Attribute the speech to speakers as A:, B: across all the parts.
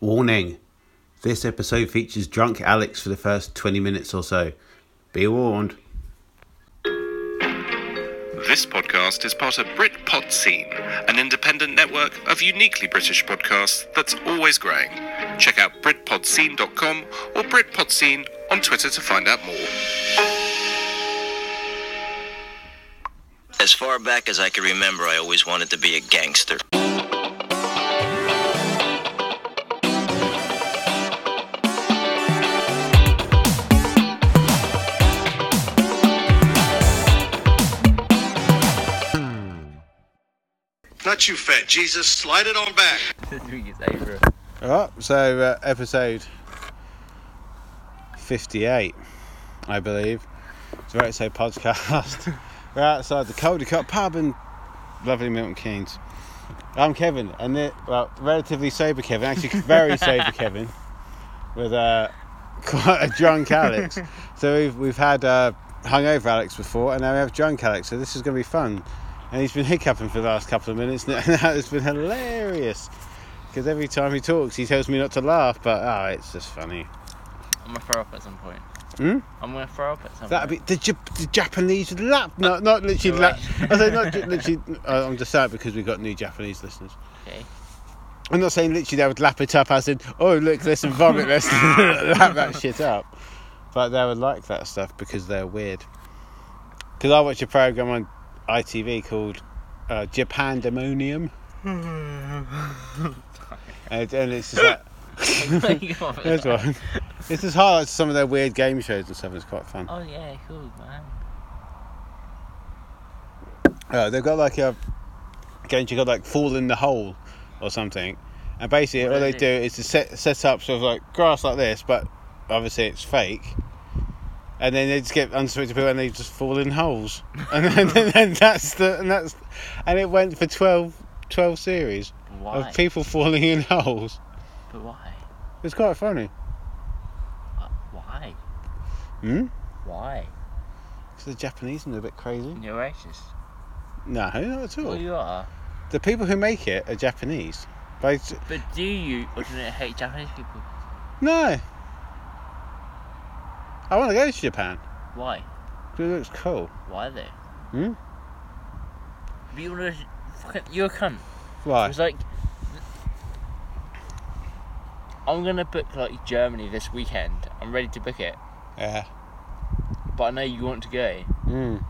A: Warning this episode features drunk Alex for the first 20 minutes or so. Be warned.
B: This podcast is part of Britpod Scene, an independent network of uniquely British podcasts that's always growing. Check out BritpodScene.com or Britpod Scene on Twitter to find out more.
C: As far back as I can remember, I always wanted to be a gangster.
D: Not you, fat Jesus. Slide it on back.
A: Alright, so uh, episode 58, I believe. It's right, so podcast. We're outside the Calder Cup pub in lovely Milton Keynes. I'm Kevin, and it, well, relatively sober Kevin, actually very sober Kevin, with uh, quite a drunk Alex. so we've we've had uh, hungover Alex before, and now we have drunk Alex. So this is going to be fun. And he's been hiccupping for the last couple of minutes, and it's been hilarious. Because every time he talks, he tells me not to laugh, but oh, it's just funny.
E: I'm gonna throw up at some point.
A: Hmm?
E: I'm gonna throw up at some
A: That'd be
E: point.
A: the, Jap- the Japanese lap, not not literally
E: Right.
A: lap. Uh, I say not ju- literally. I- I'm just saying because we've got new Japanese listeners.
E: Okay.
A: I'm not saying literally they would lap it up as in, oh look, there's some vomit, let's lap that shit up. But they would like that stuff because they're weird. Because I watch a program on ITV called uh, Japandemonium, and, and it's just like there's one. It's just highlights some of their weird game shows and stuff. It's quite fun.
E: Oh yeah, cool man.
A: Oh, they've got like a game you got like fall in the hole or something, and basically
E: What
A: all they
E: is
A: do is to set set up sort of like grass like this, but obviously it's fake, and then they just get unsweet people and they just fall in holes, and then, and then that's the and that's and it went for 12, 12 series
E: Why?
A: of people falling in holes.
E: But why?
A: It's quite funny.
E: Uh, why?
A: Hmm.
E: Why?
A: 'Cause the Japanese are a bit crazy.
E: You're racist.
A: No, not at
E: Well,
A: all.
E: you are.
A: The people who make it are Japanese. They
E: But do you or do you hate Japanese people?
A: No. I want to go to Japan.
E: Why?
A: 'cause It looks cool.
E: Why though?
A: Hmm?
E: But you wanna fucking you're a cunt.
A: Why?
E: It's like I'm gonna book like Germany this weekend. I'm ready to book it.
A: Yeah.
E: But I know you want to go,
A: Mm.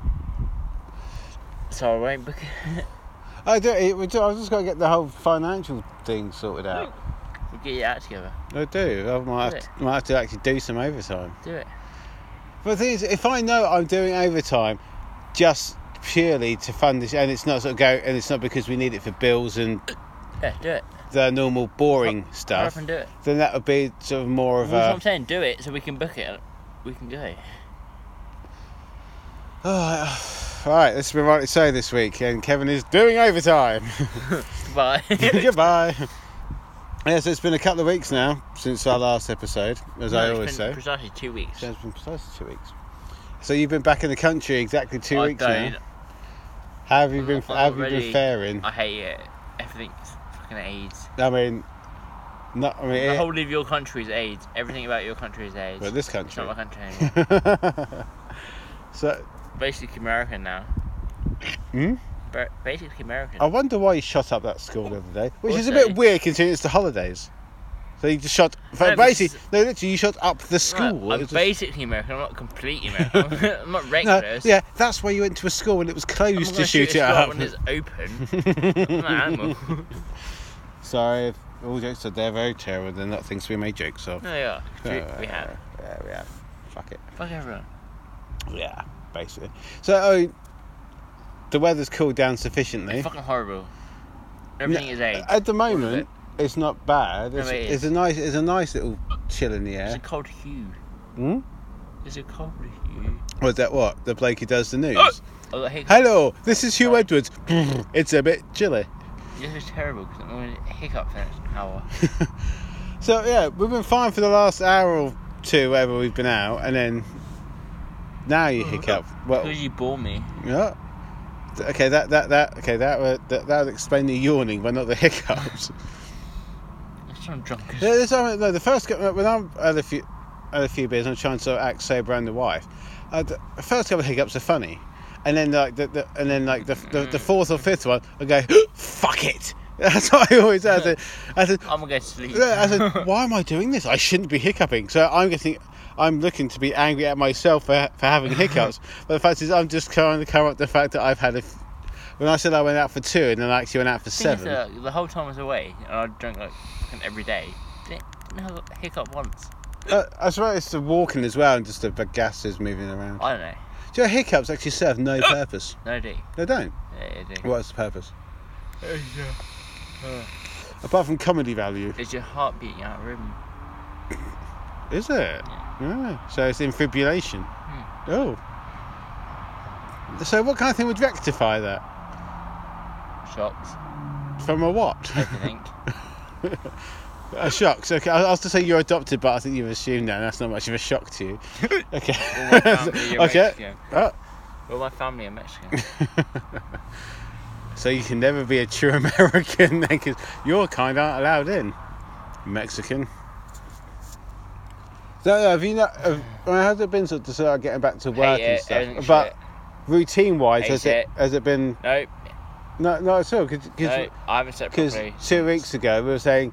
E: so I won't book it.
A: I do. It, we do I've just got to get the whole financial thing sorted out.
E: we'll get you out together.
A: I do. I might have, to, might have to actually do some overtime.
E: Do it.
A: But the thing is, if I know I'm doing overtime, just purely to fund this, and it's not sort of go, and it's not because we need it for bills and
E: Yeah, do it.
A: the normal boring stuff.
E: Hurry up and do it.
A: Then that would be sort of more of
E: Well, that's what
A: a.
E: I'm saying. Do it so we can book it. We can go.
A: all right, this has been rightly so this week, and Kevin is doing overtime.
E: Goodbye.
A: Goodbye. Yeah, so it's been a couple of weeks now since our last episode, as I
E: it's
A: always
E: been
A: say.
E: Precisely two weeks.
A: So it's been precisely two weeks. So you've been back in the country exactly two
E: I
A: weeks
E: don't-
A: now. How have you been?
E: I'm
A: How have you
E: already-
A: been faring?
E: I hate it. Everything's fucking AIDS.
A: I mean, not. I mean,
E: The
A: it-
E: whole of your country is AIDS. Everything about your country is AIDS.
A: Well, this
E: It's not
A: country.
E: my country anymore.
A: so
E: Basically American now.
A: Hmm? Oh,
E: Ba- Basically American.
A: I wonder why you shot up that school the other day, which is a
E: Also-
A: bit weird considering it's the holidays. So you just shot.
E: No,
A: basically, no, literally, you shot up the
E: Right,
A: school.
E: I'm
A: It was just-
E: basically American. I'm not completely American. I'm not
A: no,
E: reckless.
A: yeah, that's why you went to a school when it was
E: I'm
A: closed to
E: gonna
A: shoot, it
E: a
A: up.
E: shot when it's open. I'm not an animal.
A: Sorry, if all jokes are they're very terrible. They're not things we made jokes of.
E: No, yeah. We, we have.
A: Yeah, we have. Fuck it.
E: Fuck everyone.
A: Yeah, basically. So, oh, the weather's cooled down sufficiently.
E: Fucking horrible. Everything
A: No,
E: is AIDS.
A: At the moment, it's not bad.
E: No,
A: It's,
E: it is.
A: it's a nice, it's a nice little chill in the
E: It's
A: air.
E: a cold hue.
A: Hmm?
E: It's a cold hue.
A: Was that what the bloke who does the news?
E: Oh, I hate
A: Hello, this is Hugh
E: Sorry.
A: Edwards. It's a bit chilly.
E: This is terrible because I'm going to hiccup for an hour.
A: So yeah, we've been fine for the last hour or two, wherever we've been out, and then now you hiccup. Well,
E: Because you bore me.
A: Yeah. Th- Okay, that uh, that that okay that would that that would explain the yawning, but not the hiccups.
E: That's course I'm drunk. as-
A: Yeah, this, I mean, no, the first couple, when I had a few, had a few beers, I'm trying to act sober and the wife. Uh, the first couple of hiccups are funny, and then like the, the and then like the, the, the fourth or fifth one, I go, fuck it. That's what I always said. I said, I said,
E: I'm gonna go to sleep.
A: I said why am I doing this? I shouldn't be hiccuping. So I'm getting, I'm looking to be angry at myself for, for having hiccups. but the fact is, I'm just trying to cover up the fact that I've had a. f- When I said I went out for two, and then I actually went out for
E: Thing is,
A: seven.
E: uh, the whole time I was away, and I drank like fucking every day. Didn't have a hiccup once.
A: Uh, I swear it's the walking as well, and just the, the gases moving around.
E: I don't know.
A: Do you know hiccups actually serve no purpose?
E: No, do. you?
A: They don't.
E: Yeah, you do.
A: What's the purpose? Apart from comedy value,
E: Is your heart beating out of rhythm?
A: is it? Yeah. So it's infibulation. Oh. So what kind of thing would rectify that?
E: Shots,
A: From a what?
E: I think.
A: a shock. So okay, I I was to say you're adopted, but I think you've assumed that, and that's not much of a shock to you. Okay.
E: All my family are
A: okay.
E: Mexican.
A: Oh,
E: Well, my family are Mexican.
A: so you can never be a true American then, because your kind aren't allowed in. Mexican. So uh, have you not? Have, I mean, how's it been sort of sort of getting back to work and
E: Hate it, everything's
A: stuff? But
E: shit.
A: routine wise,
E: Hate
A: has it,
E: it.
A: has it been?
E: no,
A: No, not at all. Because
E: no, I haven't said properly.
A: two weeks ago we were saying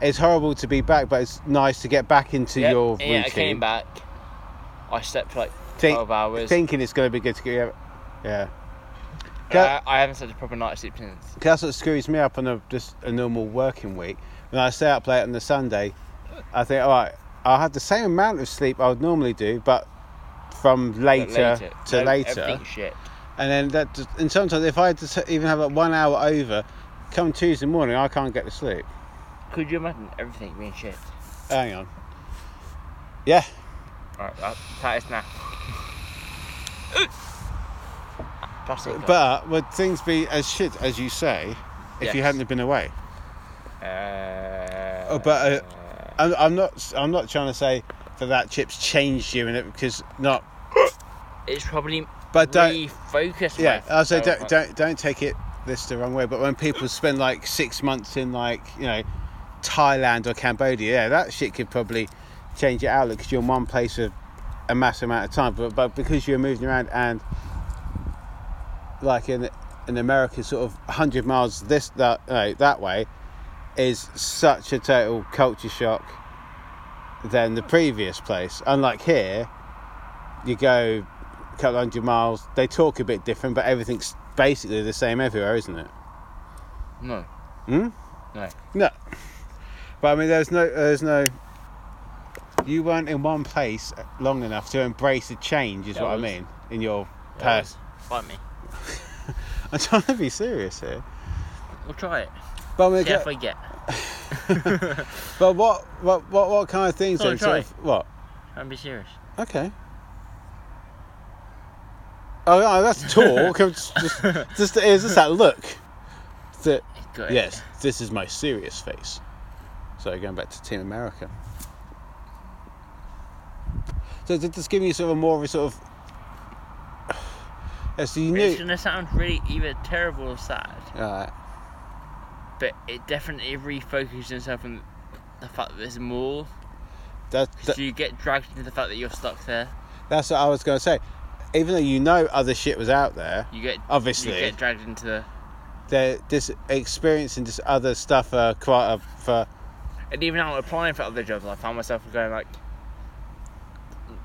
A: it's horrible to be back, but it's nice to get back into
E: Yep,
A: your
E: yeah,
A: routine.
E: I came back. I slept for like
A: Think-
E: 12 hours.
A: thinking it's going to be good to get you. Yeah.
E: I, Uh, I haven't had a proper night's sleep since.
A: 'Cause that's what screws me up on a, just a normal working week. When I stay up late on the Sunday, I think, all right, I'll have the same amount of sleep I would normally do, but from
E: but
A: later,
E: later.
A: to
E: No,
A: later.
E: everything's shit.
A: And then that, just, and sometimes if I just even have like one hour over, come Tuesday morning, I can't get to sleep.
E: Could you imagine everything being shit?
A: Hang on. Yeah.
E: Alright, that, that is now. Plastic.
A: But would things be as shit as you say if you
E: Yes.
A: hadn't have been away?
E: Uh,
A: Oh, but uh, I'm, I'm not. I'm not trying to say that that chip's changed you in it because not.
E: it's probably
A: But don't-
E: refocus.
A: Yeah,
E: my-
A: I say
E: my-
A: don't, don't don't take it this the wrong way. But when people spend like six months in like you know Thailand or Cambodia, yeah, that shit could probably change your outlook because you're in one place for a massive amount of time. But but because you're moving around and like in in America, sort of hundred miles this that no, that way is such a total culture shock than the previous place. Unlike here, you go a couple hundred miles, they talk a bit different, but everything's basically the same everywhere, isn't it?
E: No.
A: Hmm?
E: No.
A: No. But I mean, there's no, there's no. You weren't in one place long enough to embrace the change, is
E: Yeah, I
A: what I
E: was.
A: mean, in your
E: Yeah,
A: past.
E: Fight me.
A: I'm trying to be serious here.
E: We'll try it.
A: But, I mean,
E: See if I get.
A: but what, what, what, what kind of things?
E: Go on,
A: then, sort
E: try.
A: of, what?
E: Don't be serious.
A: Okay. Oh, no, that's talk. I'm just, just, just, it's just that look. That
E: Got it.
A: Yes, this is my serious face. So going back to Team America. So did this give you sort of more of a sort of? Yes, you knew.
E: It's gonna sound really either terrible or sad,
A: Alright.
E: but it definitely refocused itself on the fact that there's more.
A: That,
E: Because
A: that
E: you get dragged into the fact that you're stuck there.
A: that's what I was going to say. Even though you know other shit was out there,
E: You get
A: Obviously.
E: You get dragged into the.
A: they're just experiencing just other stuff uh, quite a for.
E: And even now, applying for other jobs, I found myself going like,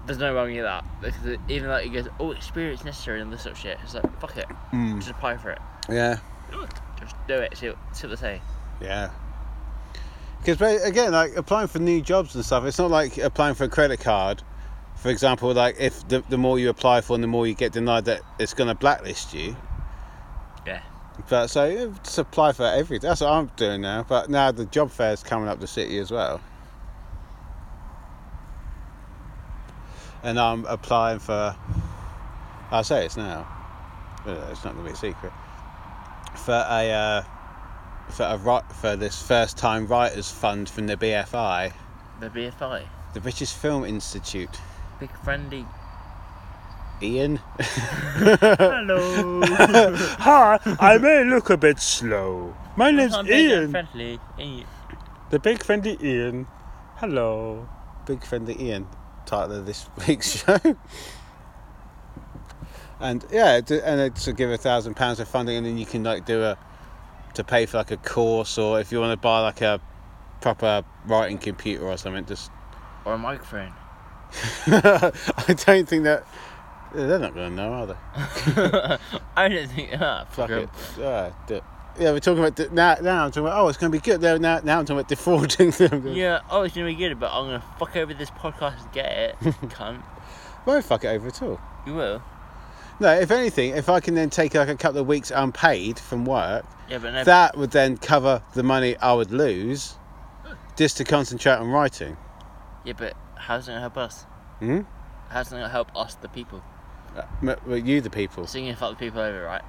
E: "There's no wrong with that." Because it- even like it goes, "Oh, experience necessary" and this sort of shit. It's like, fuck it,
A: Mm.
E: just apply for it.
A: Yeah.
E: Just do it. See what, see what they say.
A: Yeah. Because again, like applying for new jobs and stuff, it's not like applying for a credit card. For example, like if the, the more you apply for and the more you get denied, that it's going to blacklist you.
E: Yeah.
A: But so yeah, just apply for everything. That's what I'm doing now. But now the job fair's coming up the city as well. And I'm applying for. I say it's now. Uh, It's not going to be a secret. For a uh, for a ri- for this first time writers fund from the BFI,
E: The BFI,
A: the British Film Institute.
E: big friendly.
A: Ian. Uh,
E: Hello.
F: Hi, I may look a bit slow. My name's
E: I'm being
F: Ian.
E: friendly. Ian.
A: The Big Friendly Ian. Hello. Big Friendly Ian, title of this week's show. And yeah, d- and it's to give a thousand pounds of funding, and then you can like do a to pay for like a course, or if you want to buy like a proper writing computer or something, just
E: Or a microphone.
A: I don't think that they're not going to know, are they?
E: I don't think ah,
A: Fuck
E: fuck it.
A: it. Ah, d- yeah, we're talking about d- now. Now I'm talking about oh, it's going to be good. Now, now, now I'm talking about defrauding them.
E: Yeah, oh, it's gonna be good, but I'm gonna fuck over this podcast and get it. Cunt.
A: Won't fuck it over at all.
E: You will.
A: No, if anything, if I can then take like a couple of weeks unpaid from work,
E: Yeah, but no.
A: that would then cover the money I would lose, just to concentrate on writing.
E: yeah, but how's it gonna help us?
A: Hmm?
E: How's it gonna help us, the people?
A: Uh, m- well, you, the people.
E: So you're gonna fuck the people over, right?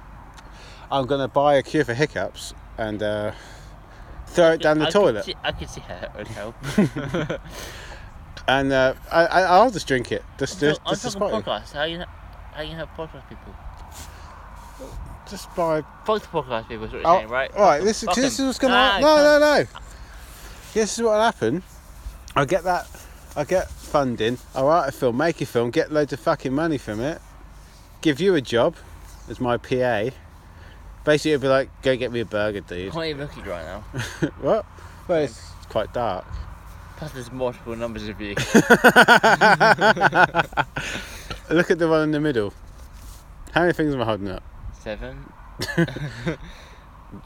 A: I'm gonna buy a cure for hiccups and uh, throw it down the
E: I could
A: toilet,
E: see- I could see how that would help.
A: and uh, I, I, I'll just drink it. Just,
E: So,
A: just,
E: I'm
A: just, to
E: talking
A: spite you.
E: podcast. How you how you help podcast people?
A: just buy.
E: Fuck the podcast people. Is what you're
A: Oh,
E: saying, right? Ah,
A: All right, this is
E: Fuck
A: this is
E: them.
A: what's gonna
E: Nah,
A: happen. No, no, no. This is what'll happen. I get that. I get funding. I write a film, make a film, get loads of fucking money from it. Give you a job as my PA. Basically, it'd be like, go get me a burger,
E: I
A: dude.
E: can't even look at you right now.
A: what? Well, it's quite dark.
E: Plus, there's multiple numbers of you.
A: Look at the one in the middle. How many things am I holding up?
E: Seven.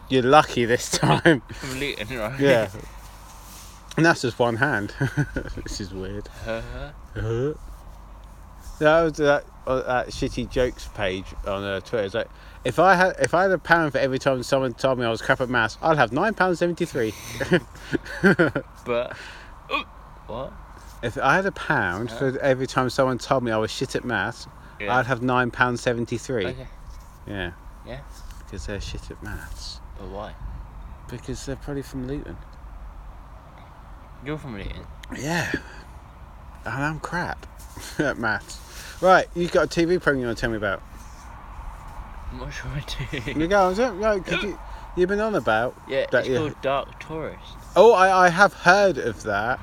A: You're lucky this time.
E: From Luton, right?
A: yeah. And that's just one hand. this is weird. Uh-huh. That was that, uh, that shitty jokes page on uh, Twitter. It's like, if I had if I had a pound for every time someone told me I was crap at maths, I'd have nine pounds seventy three.
E: but what?
A: if I had a pound for every time someone told me I was shit at maths,
E: Yeah.
A: I'd have nine pounds seventy three.
E: Okay.
A: Yeah,
E: Yeah.
A: because they're shit at maths.
E: But why?
A: Because they're probably from Luton.
E: You're from Luton.
A: Yeah. And I'm crap at maths. Right, you've got a TV program you want to tell me about.
E: I'm not sure I do.
A: You go on, so- no, could you, you've been on about.
E: Yeah,
A: that
E: it's
A: you-
E: called Dark Tourist.
A: Oh, I, I have heard of that.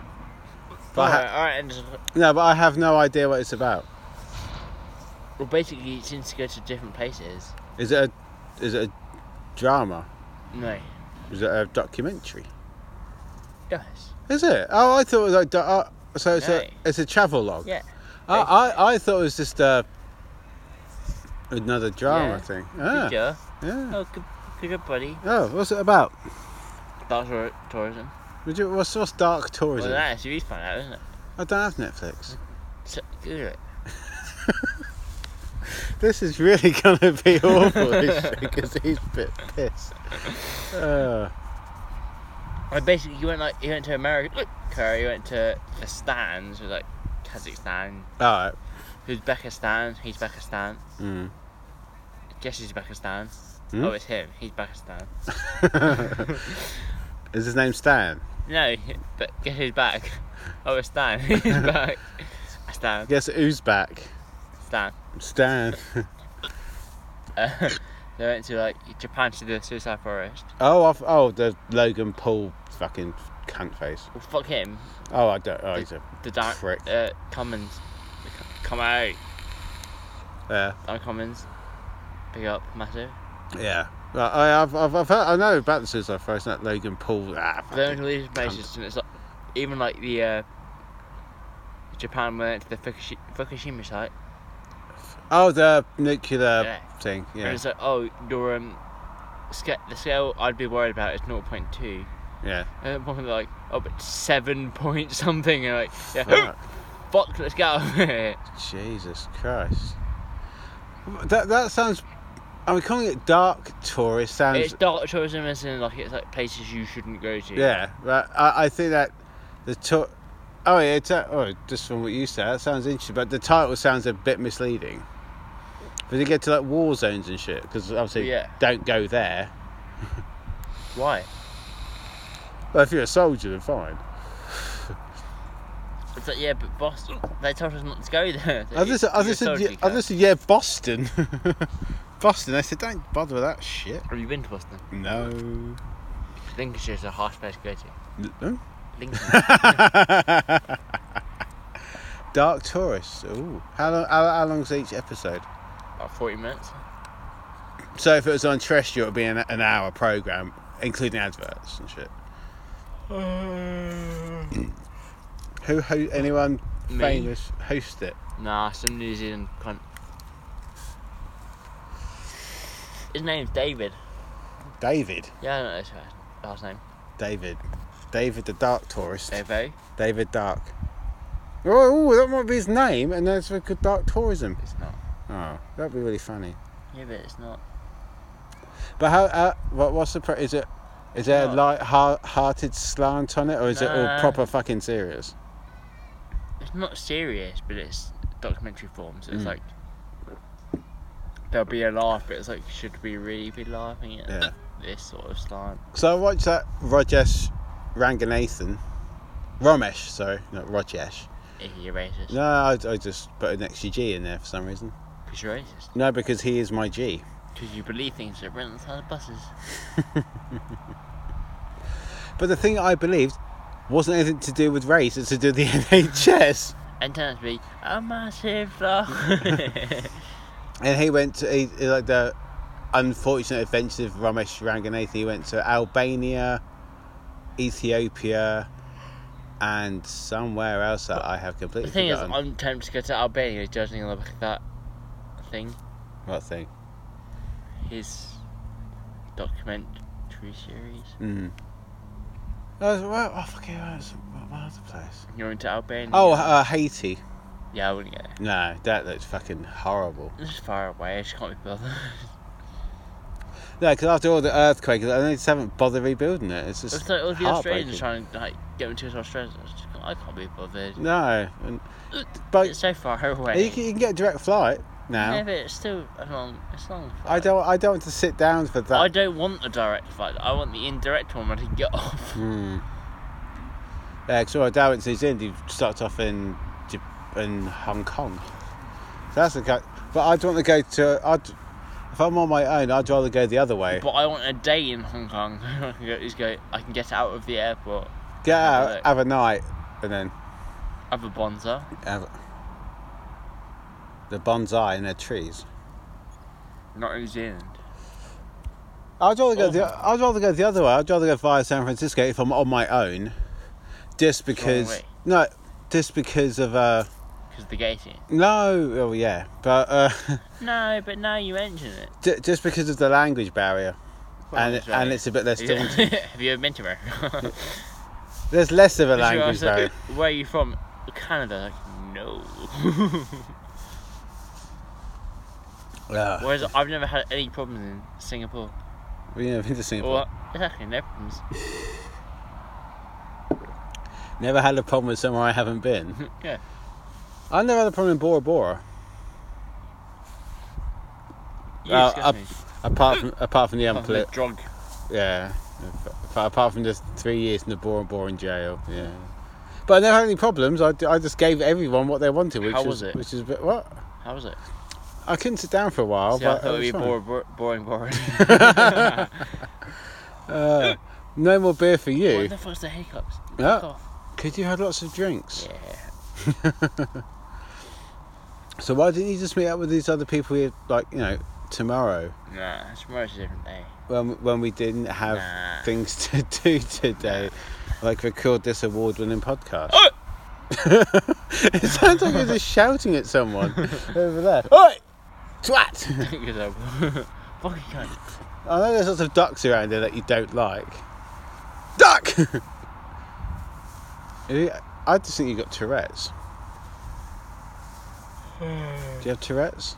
A: But I ha-
E: Alright, alright, and just-
A: No, but I have no idea what it's about.
E: well, basically, it seems to go to different places.
A: Is it a, is it a drama? Hmm.
E: No,
A: Is it a documentary?
E: does.
A: Is it? Oh, I thought it was like. do- Uh, so it's
E: No.
A: a it's a travel log.
E: Yeah.
A: I, I, I thought it was just a, another drama
E: Yeah.
A: thing.
E: Good
A: Yeah.
E: job.
A: yeah.
E: Oh, good, good job, buddy.
A: Oh, what's it about?
E: Dark tour- tourism.
A: Would you, what's, what's dark
E: Well,
A: tourism?
E: that's you found out, isn't it?
A: I don't have Netflix.
E: So, Google it.
A: This is really going to be awful because he's a bit pissed. Uh,
E: Like basically, you went like you went to America, look, Korea, you went to the stands, was like Kazakhstan,
A: all right.
E: Uzbekistan, he's Uzbekistan.
A: Mm.
E: Guess he's Uzbekistan.
A: Hmm?
E: Oh, it's him. He's Uzbekistan.
A: Is his name Stan?
E: No, but guess who's back? Oh, it's Stan. He's back. Stan.
A: Guess who's back?
E: Stan.
A: Stan.
E: Uh, they went to like Japan to the suicide forest.
A: Oh, I've, oh, the Logan Paul fucking cunt face.
E: Well, fuck him.
A: Oh, I don't. Oh, he's a.
E: The dark
A: Prick.
E: uh, Cummins. Come out.
A: Yeah.
E: Don Cummins. Big up, massive.
A: Yeah. Right, I, I've, I've, I've heard, I know about the Suicide Forest, not Logan Paul. Ah,
E: They went to
A: fucking-
E: these places, and it's like even like the uh, Japan went to the Fukushi- Fukushima site.
A: oh, the nuclear
E: Yeah.
A: thing.
E: And
A: Yeah.
E: it's like, oh, your um, sca- the scale I'd be worried about is 0.2.
A: Yeah.
E: And then one of them like, oh, but seven point something. And like, yeah,
A: Fuck.
E: fuck, let's get out of here.
A: Jesus Christ. That that sounds. I mean, calling it dark tourist sounds.
E: It's dark tourism, as in like it's like places you shouldn't go to.
A: Yeah, but I, I think that the to- oh yeah, it's a, oh just from what you said, that sounds interesting. But the title sounds a bit misleading. But they get to like war zones and shit because obviously
E: Yeah.
A: don't go there.
E: Why?
A: Well, if you're a soldier, then fine.
E: It's like, yeah, but boss, they told us not to go there.
A: I just, I
E: You're
A: just
E: a
A: said,
E: soldier,
A: yeah, I just said, yeah, Boston, Boston. I said, don't bother with that shit.
E: cunt. Have you been to Boston?
A: No.
E: Lincolnshire's a harsh place to go to.
A: Huh?
E: Lincoln.
A: Dark Tourists. Ooh. How long? How, how long's each episode?
E: About 40 minutes.
A: So if it was on terrestrial, it'd be an, an hour program, including adverts and shit. Who? Ho- anyone
E: Uh. Me.
A: famous host it?
E: Nah, some New Zealand cunt. His name's David.
A: David.
E: Yeah, I don't know his first- last name.
A: David. David the Dark Tourist.
E: Dave
A: David Dark. Oh, ooh, that might be his name, and that's for good dark tourism.
E: It's not.
A: Oh, that'd be really funny.
E: Yeah, but it's not.
A: But how? Uh, what, what's the? Pro- is it? Is there a
E: No.
A: light-hearted slant on it, or is it all
E: Nah.
A: proper fucking serious?
E: It's not serious, but it's documentary form, so it's
A: Mm.
E: like. There'll be a laugh, but it's like, should we really be laughing at
A: Yeah.
E: this sort of slant?
A: So I watched that Rajesh Ranganathan, Ramesh, sorry, not Rajesh.
E: Is he a racist?
A: No, I, I just put an extra G in there for some reason.
E: Because you're racist.
A: No, because he is my G.
E: Because you believe things that run inside of buses.
A: But the thing I believed wasn't anything to do with race; it's to do with the NHS.
E: And turns to be a massive laugh.
A: And he went to he, he like the unfortunate adventures of Ramesh Ranganathan. He went to Albania, Ethiopia, and somewhere else that I have completely
E: The thing is,
A: forgotten.
E: I'm tempted to go to Albania judging on the back of that thing,
A: what thing?
E: his documentary series.
A: Mm. I was, well, oh, fucking, I was, what, what other place?
E: You went to Albania?
A: Oh, uh, Haiti.
E: Yeah, I wouldn't go there.
A: No, that looks fucking horrible.
E: This is far away, I just can't be bothered.
A: No, because after all the earthquakes, they just haven't bothered rebuilding it. It's just
E: It's like all the
A: heartbreaking.
E: Australians trying to like, get into to Australia. I, just can't, I can't be bothered.
A: No, and, but
E: It's so far away.
A: you can, you can get a direct flight now.
E: Yeah, but it's still a long, it's a long
A: I
E: flight.
A: don't. I don't want to sit down for that.
E: I don't want the direct flight. I want the indirect one where I can get off.
A: Hmm. Yeah, because all Darren sees in, he starts off in Jap- in Hong Kong. So that's the kind. But I'd want to go to. I'd, if I'm on my own, I'd rather go the other way.
E: But I want a day in Hong Kong. I can go, just go. I can get out of the airport.
A: Get
E: have a
A: out,
E: look.
A: have a night, and then
E: Have a bonza.
A: have the bonsai and their trees.
E: Not New Zealand.
A: I'd rather go. The, I'd rather go the other way. I'd rather go via San Francisco if I'm on my own, just because.
E: way.
A: No, just because of uh.
E: Because the gating.
A: No, oh yeah, but uh.
E: No, but now you mention it.
A: Ju- just because of the language barrier,
E: Well,
A: and
E: that's right.
A: and it's a bit less daunting.
E: Have you ever been to America?
A: There's less of a
E: Because you
A: language
E: ask,
A: barrier.
E: like, Where are you from? Canada. Like, no.
A: Yeah,
E: Whereas I've never had any problems in Singapore.
A: Ah, we never been to Singapore.
E: Or exactly no problems.
A: Never had a problem with somewhere I haven't been.
E: yeah.
A: I've never had a problem in Bora Bora,
E: You
A: Well,
E: disgust
A: up-
E: me.
A: apart from apart from the
E: Apart from the
A: unpoli-
E: drug.
A: yeah, Ap- apart from just three years in the Bora Bora in jail. Yeah, but I never had any problems. I, I just gave everyone what they wanted, which
E: How
A: was
E: was it?
A: which is a bit, what
E: How was it?
A: I couldn't sit down for a while.
E: See, I
A: but
E: thought
A: it
E: it'd be
A: was fine.
E: bore, bore, boring, boring.
A: Uh, no more beer for
E: what
A: you.
E: the fuck's the hiccups?
A: Yeah.
E: Fuck off.
A: Could you had lots of drinks?
E: Yeah.
A: So why didn't you just meet up with these other people here, like you know, tomorrow
E: Nah, tomorrow's a different day.
A: when when we didn't have
E: Nah.
A: things to do today, like record this award-winning podcast?
E: Oi!
A: it sounds like you're just shouting at someone over there. Oi, twat!
E: Because I- Fucking cunt.
A: I know there's lots of ducks around here that you don't like. Duck! I just think you got Tourette's. Do you have Tourette's?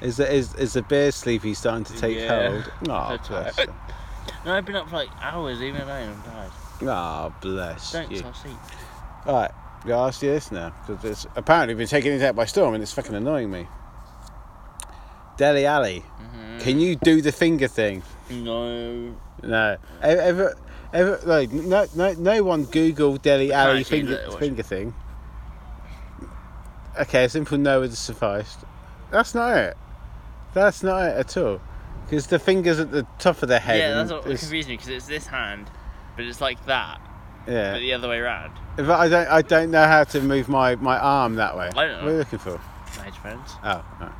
A: Is the is, is the beer sleepy starting to take
E: Yeah.
A: hold? Oh,
E: I'm so tired.
A: bless you.
E: No, I've been up for like hours, even alone. I'm tired.
A: Oh, bless
E: Don't
A: you.
E: yeah. sleep.
A: All right, I'm gonna ask you this now because it's apparently been taking it out by storm and it's fucking annoying me. Deli Alley,
E: Mm-hmm.
A: can you do the finger thing?
E: No.
A: No, ever, ever, ever like, no, no, no one Google Delhi Alley
E: actually
A: finger,
E: do it, watch.
A: finger thing. Okay, a simple no would have sufficed. That's not it. That's not it at all. Because the fingers at the top of the head.
E: yeah,
A: and
E: that's what was
A: it's-
E: confusing because it's this hand, but it's like that,
A: Yeah.
E: but the other way around.
A: But I don't. I don't know how to move my, my arm that way.
E: I don't know.
A: What are you looking for?
E: Age friends.
A: Oh. Right.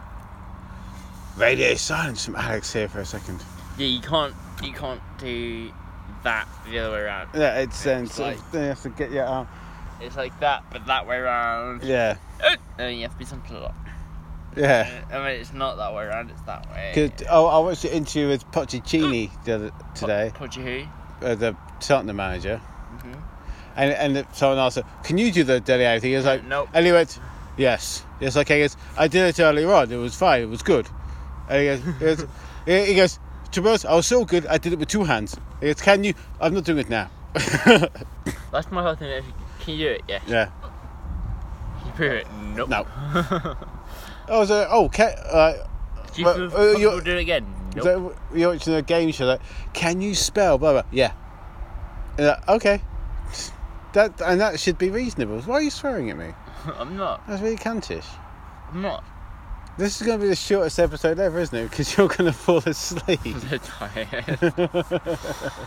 A: Radio silence from Alex here for a second.
E: Yeah, you can't you can't do that the other way around.
A: Yeah, it's um,
E: It's
A: sort of, you have to get your arm.
E: It's like that, but that way around.
A: Yeah.
E: Uh, And you have to be something a lot.
A: Yeah.
E: I mean, it's not that way around. It's that way.
A: Good. Oh, I watched an interview with Pochettini the other, today,
E: Po- Pudgy
A: uh, the Tottenham manager.
E: Mm-hmm.
A: And and it- someone asked him, "Can you do the Deli Ali thing?" He was like,
E: nope.
A: And he went, "Yes, yes, okay." He goes, "I did it earlier on. It was fine. It was good." And he goes, he goes, he- he goes "To be honest, I was so good. I did it with two hands." He goes, "Can you?" I'm not doing it now.
E: who? That's my whole thing. If you- Can you do it? Yes.
A: yeah.
E: Can you do it? Nope.
A: No. I was like, "Oh, can, uh,
E: Do you
A: Well,
E: feel
A: uh,
E: comfortable
A: you're-
E: doing it again? Nope.
A: So You're watching a game show. Like, can you spell? Blah blah. Yeah. And like, okay. That and that should be reasonable. Why are you swearing at me?
E: I'm not.
A: That's really cantish.
E: I'm not.
A: This is going to be the shortest episode ever, isn't it? Because you're going to fall asleep.
E: I'm so tired.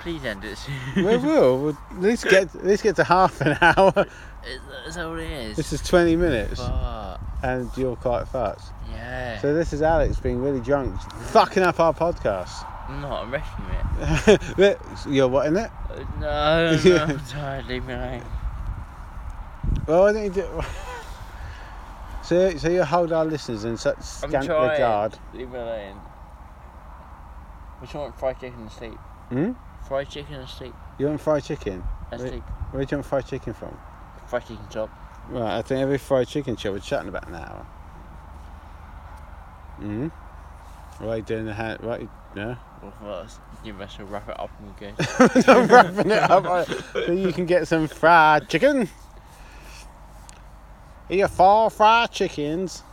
E: Please end it
A: we
E: soon.
A: will. We'll at least get at least get to half an hour.
E: It's- That's all it is.
A: This is 20 minutes,
E: Fuck.
A: and you're quite farts.
E: Yeah.
A: So this is Alex being really drunk, fucking up our podcast.
E: I'm not. I'm resting it.
A: you're what in it?
E: Uh, No, no,
A: Yeah.
E: I'm tired. Leave me alone.
A: Well, I think do. So, so you hold our listeners in such
E: I'm
A: scant
E: trying.
A: regard.
E: Leave me alone. We should want fried chicken and steak.
A: Hmm?
E: Fried chicken and steak.
A: You want fried chicken?
E: And
A: Wait.
E: steak.
A: Where do you want fried chicken from?
E: Fried chicken chop.
A: Right, I think every fried chicken shop we're chatting about an hour. Hmm. Why you doing the hand? Why? you- Yeah.
E: Well, first, you best wrap it up and we go.
A: I'm wrapping it up right, so you can get some fried chicken. Here are four fried chickens.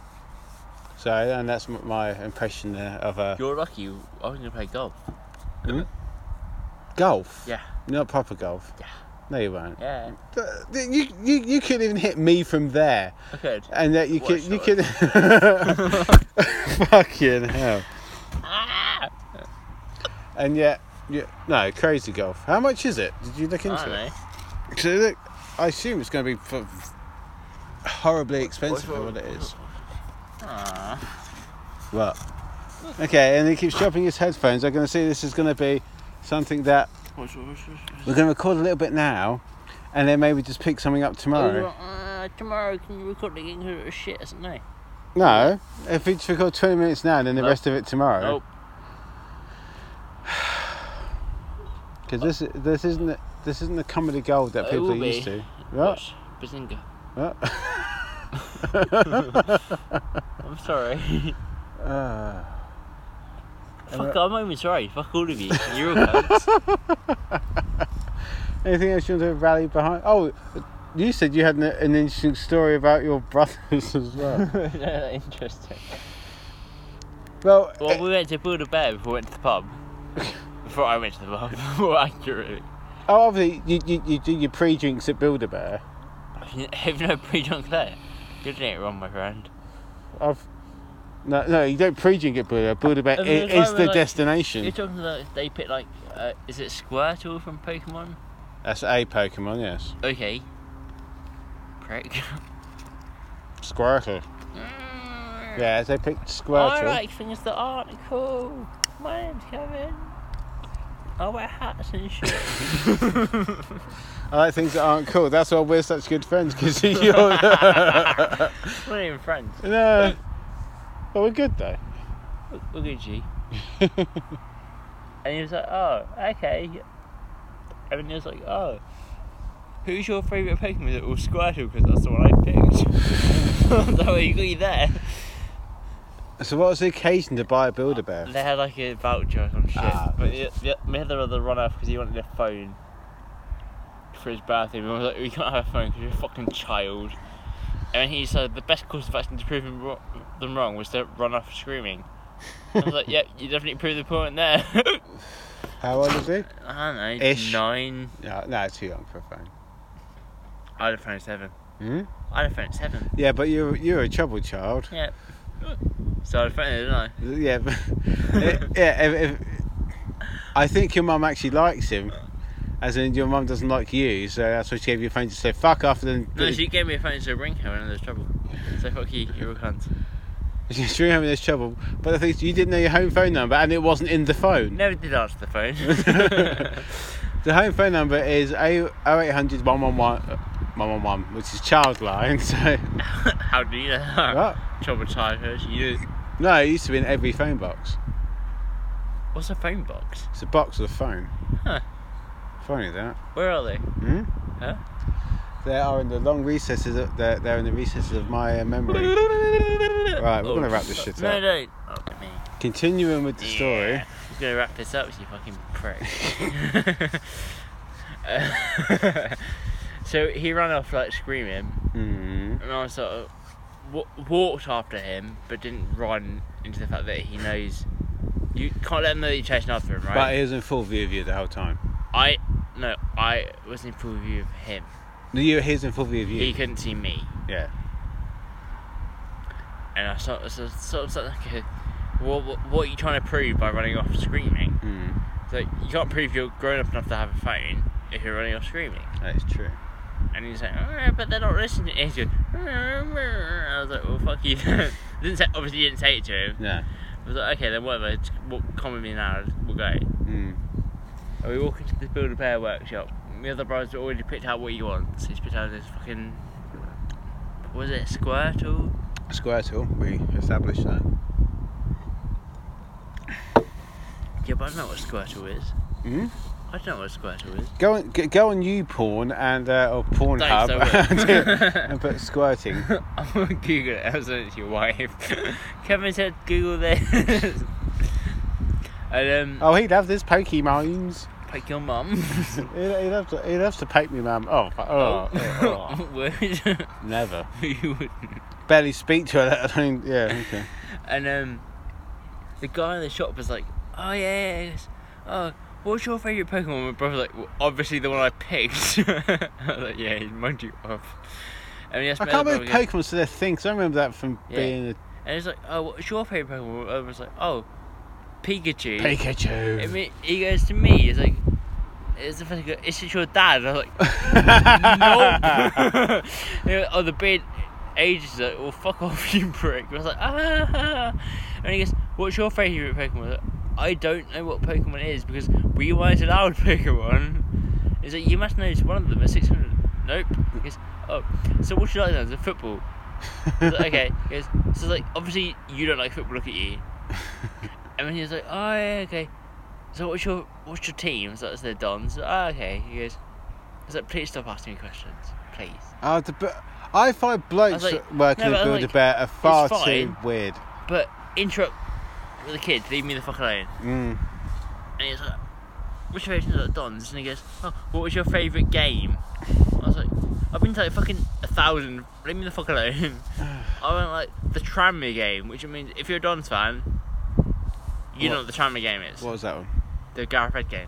A: So, and that's m- my impression there of uh,
E: You're lucky. I was gonna play golf.
A: golf.
E: Yeah.
A: Not proper golf.
E: Yeah.
A: No, you won't.
E: Yeah.
A: Th- th- You, you, you could even hit me from there,
E: I could.
A: and that you
E: What
A: could
E: a
A: you
E: shot.
A: could. Fucking hell!
E: Ah!
A: And yet, you, no, crazy golf. How much is it? Did you look
E: I
A: into
E: don't
A: it?
E: know.
A: So look, I assume it's going to be f- horribly expensive for
E: your-
A: what it is.
E: Ah.
A: What? Okay, and he keeps chopping his headphones. I'm going to see this is going to be something that
E: What's what's what's-
A: we're going to record a little bit now, and then maybe just pick something up tomorrow.
E: Uh, tomorrow, can you record again? Because it was shit, isn't it?
A: No, if we just record 20 minutes now, then the
E: Nope.
A: rest of it tomorrow.
E: Nope.
A: Because this this isn't this isn't the comedy gold that
E: It
A: people
E: will
A: are used
E: be.
A: to. Right?
E: Watch Bazinga.
A: Right.
E: I'm sorry.
A: Uh,
E: Fuck, I'm even sorry. Fuck all of you. You're all cunts.
A: anything else you want to rally behind? Oh, you said you had an, an interesting story about your brothers as well.
E: No, Interesting.
A: well, eh,
E: Well, we went to build a bear before we went to the pub. Before I went to the pub, more accurately.
A: oh, obviously you, you, you do your pre-drinks at Build-A-Bear.
E: Have no pre-drunk there. You're doing it wrong, my friend.
A: I've no, no, you don't pre-drink at Build-A-Bear. Build-A-Bear
E: And
A: i-
E: then if I
A: is
E: were
A: the
E: like-
A: destination.
E: You're talking about they pick like, uh, is it Squirtle from Pokemon?
A: That's a Pokemon, yes.
E: Okay. Prick.
A: Squirtle. Yeah, they picked Squirtle.
E: I like things that aren't cool. My name's Kevin. I wear hats and shit.
A: I like things that aren't cool. That's why we're such good friends because you're.
E: We're not even friends.
A: No. But we're good though.
E: We're good, G. and he was like, oh, okay. And he was like, oh, who's your favourite Pokemon? He's like, well, Squirtle, because that's the one I picked. that way you got you there.
A: So what was the occasion to buy a Builder Bear?
E: They had like a voucher or some shit.
A: Ah.
E: but the, the, my other brother run off because he wanted a phone for his birthday. And I was like, we can't have a phone because you're a fucking child. And he said the best course of action to prove him wro- them wrong was to run off screaming. I was like, yep, you definitely proved the point there.
A: How old is he?
E: I don't know,
A: Ish.
E: Uh-huh, nine.
A: No, no, it's too young for a phone.
E: I'd have phone seven.
A: Hmm?
E: I'd have phone seven.
A: Yeah, but you're you're a troubled child.
E: Yeah. So I'd phone it, didn't I?
A: Yeah, but- yeah. If, if, I think your mum actually likes him, As in, your mum doesn't like you, so that's why she gave you a phone to say fuck off. And
E: No,
A: then
E: she gave me a phone to ring her when there's trouble. So fuck you, you're a cunt.
A: she threw him in this trouble. But the thing is, you didn't know your home phone number, and it wasn't in the phone.
E: Never did answer the phone.
A: The home phone number is 0- 0800 111 111, which is child line. So
E: How do you know that?
A: What?
E: Traumatise her. She knew.
A: no, it used to be in every phone box.
E: What's a phone box?
A: It's a box with a phone.
E: Huh.
A: Funny that.
E: Where are they?
A: Hmm?
E: Huh?
A: They are in the long recesses. Of, they're, they're in the recesses of my uh, memory.
E: right,
A: we're gonna wrap this shit
E: Oh, no,
A: up.
E: No, Oh, look at me.
A: Continuing with the story.
E: Yeah. We're gonna wrap this up, you fucking prick. Uh, so he ran off like screaming,
A: Hmm.
E: and I sort of w- walked after him, but didn't run into the fact that he knows you can't let him know that you're chasing after him, right?
A: But he was in full view of you the whole time.
E: I no, I was in full view of him.
A: No, You, he was in full view of you.
E: He couldn't see me,
A: yeah.
E: and I sort of sort of, sort of, sort of like, what, what what are you trying to prove by running off screaming?
A: Hmm.
E: It's Like you can't prove you're grown up enough to have a phone if you're running off screaming.
A: That is true.
E: And he's like, oh, but they're not listening. And he's going, I was like, well, fuck you. didn't say, obviously didn't say it to him.
A: Yeah.
E: I was like, okay, then whatever. Just walk, come with me now. We'll go.
A: Hmm.
E: And we walk into this build a bear workshop. The other brother's already picked out what he wants. He's picked out this fucking. What was it Squirtle?
A: Square tool. We established that.
E: Yeah, but I don't know what Squirtle is.
A: Hmm?
E: I don't know what Squirtle is.
A: Go on, g- go on YouPorn and uh, or Pornhub
E: Thanks, I will.
A: and, put squirting.
E: I'm gonna Google it. I was it's your wife. Kevin said Google this. and um,
A: Oh, he loved his pokey mimes.
E: pick your mum.
A: He, he loves to, he loves to poke me, mum. Oh, fu- oh, oh, oh.
E: Word.
A: never.
E: you wouldn't.
A: Barely speak to her. Let alone, yeah. Okay.
E: And um, the guy in the shop was like, "Oh yeah, yeah, yeah, yes. oh, what's your favorite Pokemon?" My brother's like, well, "Obviously the one I picked." I was like, "Yeah, mind you off." And yes,
A: I can't believe Pokemon's still a thing. Cause I remember that from
E: Yeah.
A: being a
E: And he's like, "Oh, what's your favorite Pokemon?" I was like, "Oh, Pikachu."
A: Pikachu.
E: I mean, he goes to me. He's like, "It's the first guy, is it your dad?" And I was like, "Nope." He goes, oh, the beard ages. He's Like, well, fuck off, you prick. I was like, "Ah." And he goes, "What's your favorite Pokemon?" I, was like, I don't know what Pokemon is because we weren't allowed Pokemon. He's like, "You must know it's one of them at 600." Nope. He goes, "Oh, so what do you like then? The football?" I was like, okay. He goes, so like obviously you don't like football. Look at you. And then he was like, "Oh yeah, okay." So what's your what's your team? So that's the Dons. Ah, okay. He goes. I was like, please stop asking me questions, please.
A: Oh, the, bu- I find blokes
E: I was like-
A: working
E: no,
A: at
E: but I was
A: Build a
E: like,
A: Bear are far
E: it's
A: too
E: fine.
A: weird.
E: But interrupt with the kids. Leave me the fuck alone.
A: Mm.
E: And he's like, what's your favorite like Dons? And he goes, oh, what was your favorite game? I was like, I've been to like fucking a thousand. Leave me the fuck alone. I went like the Tranmere game, which means if you're a Dons fan, you know
A: What?
E: what the Tranmere game is.
A: What was that one?
E: The Gareth Red game.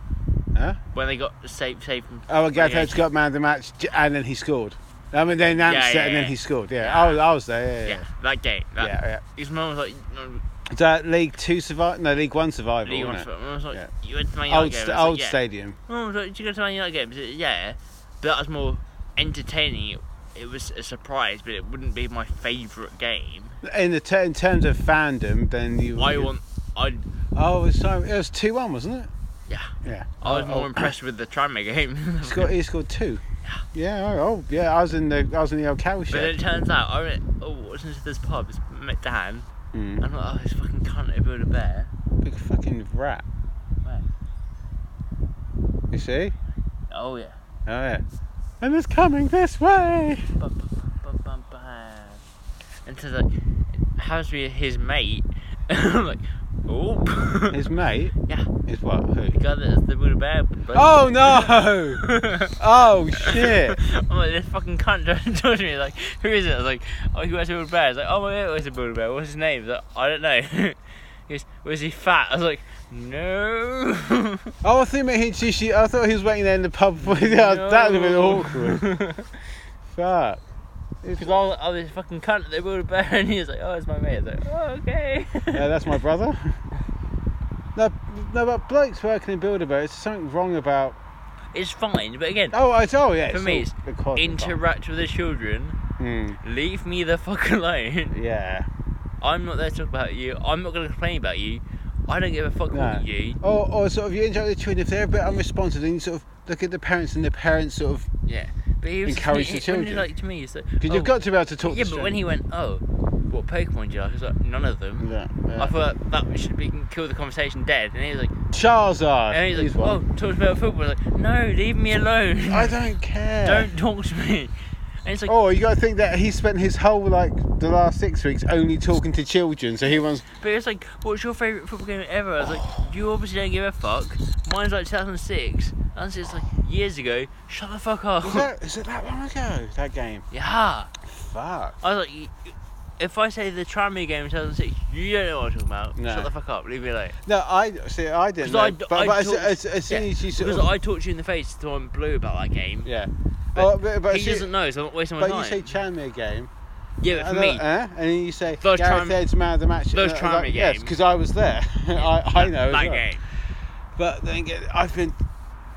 A: Huh?
E: When they got saved, saved from.
A: Oh, Gareth Edge
E: relegation.
A: got man of the match, j- and then he scored. I mean, they announced
E: yeah,
A: it, and
E: yeah.
A: then he scored. Yeah, I, was, I was there. Yeah,
E: Yeah,
A: yeah.
E: that game.
A: yeah.
E: That,
A: yeah,
E: His mum was like, no,
A: yeah. Is that League Two survival? No, League One survival.
E: League One
A: wasn't
E: football. I was like,
A: Yeah.
E: you went to Man
A: it?
E: United
A: Old,
E: games.
A: st-
E: I was
A: old
E: like, yeah.
A: stadium.
E: Mum was like, did you go to Man United games? I said, Yeah, but that was more entertaining. It was a surprise, but it wouldn't be my favourite game.
A: In the ter- in terms of fandom, then you.
E: I want, I
A: Oh, it was, so, it was two one, wasn't it?
E: yeah,
A: Yeah.
E: I was
A: Oh,
E: more
A: oh.
E: impressed with the Tranmere game.
A: He scored, he scored two. Yeah. oh, oh, yeah. I was in the I was in the old cow
E: But then it
A: shed.
E: turns out I went, oh, what's into this pub? It's met Dan.
A: Mm.
E: and I'm like, oh, this fucking cunt who built a bear.
A: Big fucking rat.
E: Where?
A: You see?
E: Oh yeah.
A: Oh yeah. And it's coming this way.
E: Bum, bum, bum, bum, bum. And so like, how's we his mate? I'm like, oh.
A: His mate
E: Yeah.
A: is what? Who?
E: The guy that's the Buddha Bear.
A: Oh no! Oh shit!
E: I'm like, this fucking cunt don't talk to me. Like, who is it? I was like, oh, he works at Buddha Bear. It's like, oh, my mate works at Buddha Bear. What's his name? He's like, I don't know. he goes, was he fat? I was like, no.
A: Oh, I think mate, he, she, she, I thought he was waiting there in the pub. For, yeah, That would have been awkward. Fuck. It's-
E: Because I was like, oh, this fucking cunt at the Buddha Bear. And he was like, oh, it's my mate. I was like, oh, okay.
A: Yeah, that's my brother. No, no, but Blake's working in Build-A-Bear. There's something wrong about
E: it's fine. But again,
A: Oh, it's oh yeah.
E: for
A: it's
E: me,
A: all
E: it's
A: good quality
E: interact with the children.
A: fun.
E: Leave me the fuck alone.
A: Mm, yeah.
E: I'm not there to talk about you. I'm not gonna complain about you. I don't give a fuck
A: No.
E: about you.
A: Or, or sort of you interact with children if they're a bit unresponsive, then you sort of look at the parents and the parents sort of
E: Yeah. But he was
A: Encourage
E: he,
A: the
E: he- when he was
A: children.
E: Like to me, he's like,
A: because you've
E: "Oh,
A: got to be able to talk.
E: Yeah,
A: to
E: but when he went, oh, what Pokemon do you like? I was like, none of them.
A: Yeah,
E: I
A: yeah.
E: thought that should be kill the conversation dead. And he was like,
A: Charizard,
E: and he's like,
A: he's
E: oh,
A: one.
E: talk to me about football. I was like, no, leave me alone.
A: I don't care.
E: Don't talk to me. And it's like,
A: Oh, you got to think that he spent his whole like the last six weeks only talking to children, so he runs.
E: but it's like, what's your favourite football game ever? I was like, you obviously don't give a fuck. Mine's like 2006. And it's like years ago. Shut the fuck up.
A: Is that is it that long ago? That game?
E: yeah.
A: Fuck.
E: I was like, "You- if I say the Tramway game in 2006, you don't know what I'm talking about.
A: No.
E: Shut the fuck up. Leave me alone.
A: No, I see. I didn't.
E: 'Cause
A: Know,
E: I-
A: but
E: I
A: but as,
E: talked-
A: as, as soon
E: yeah,
A: as you sort
E: Because
A: of,
E: I talked you in the face till I'm blue about that game.
A: yeah.
E: but
A: oh, but, but
E: he
A: as you-
E: doesn't know, so I'm not wasting my
A: But you
E: time.
A: say Tranmere game.
E: yeah, but for
A: and
E: me,
A: then, eh? and then you say
E: Those
A: Gareth
E: Tranmere-
A: Ed's man of the match.
E: those
A: and I was
E: Tranmere
A: like, Yes,
E: game.
A: because I was there. I, I know. as
E: that
A: well.
E: game.
A: But then again, I've been.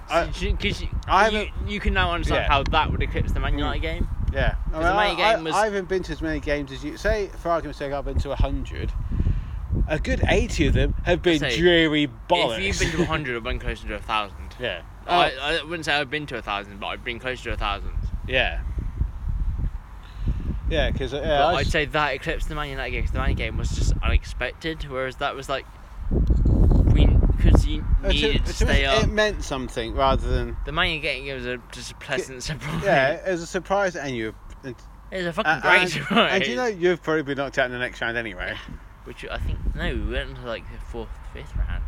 A: I,
E: Because you,
A: I
E: you,
A: haven't-
E: you can now understand
A: Yeah.
E: how that would eclipse the Man
A: Mm.
E: United game.
A: yeah. I,
E: the main
A: I,
E: game was-
A: I haven't been to as many games as you. Say, for argument's sake, I've been to 100. A good 80 of them have been
E: Say,
A: dreary bollocks. Oh.
E: If you've been to 100, I've been closer to 1,000.
A: yeah.
E: I, I wouldn't say I've been to 1,000, but I've been closer to 1,000.
A: Yeah. Yeah, uh, because yeah,
E: But
A: I
E: I'd
A: s-
E: say that eclipsed the Man United game, because the Man United game was just unexpected, whereas that was like, we because you
A: uh, to-
E: needed to,
A: to me,
E: stay up.
A: it meant something rather than
E: the Man United game was a, just a pleasant surprise.
A: yeah, it was a surprise, and you and,
E: It was a fucking
A: and,
E: great
A: and-
E: surprise.
A: and you know you've probably been knocked out in the next round anyway.
E: Which I think no, we went into like the fourth, fifth round.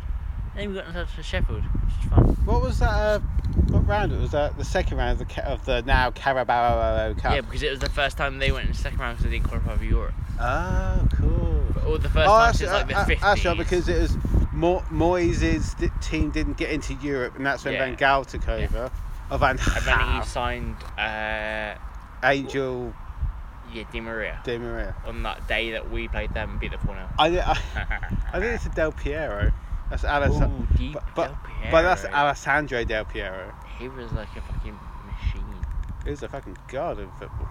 E: Then we got into to Sheffield, which is fun.
A: What was that? Uh, what round? It was that the second round of the ca- of the now Carabao Cup.
E: Yeah, because it was the first time they went in the second round because they didn't qualify for Europe.
A: Oh, cool.
E: Or the first
A: oh,
E: time
A: that's,
E: since like the
A: uh,
E: 50s.
A: that's right, because it was Mo- Moyes' d- team didn't get into Europe, and that's when
E: Yeah.
A: Van Gaal took over. Or Van
E: and then he
A: Gaal,
E: signed uh,
A: Angel
E: yeah Di Maria
A: Di Maria.
E: on that day that we played them and beat the four 0
A: I, I, I think it's a Del Piero. That's Alessandro.
E: Ooh, deep
A: But, but,
E: Del
A: but that's
E: Piero.
A: Alessandro Del Piero.
E: He was like a fucking machine.
A: He was a fucking god in football.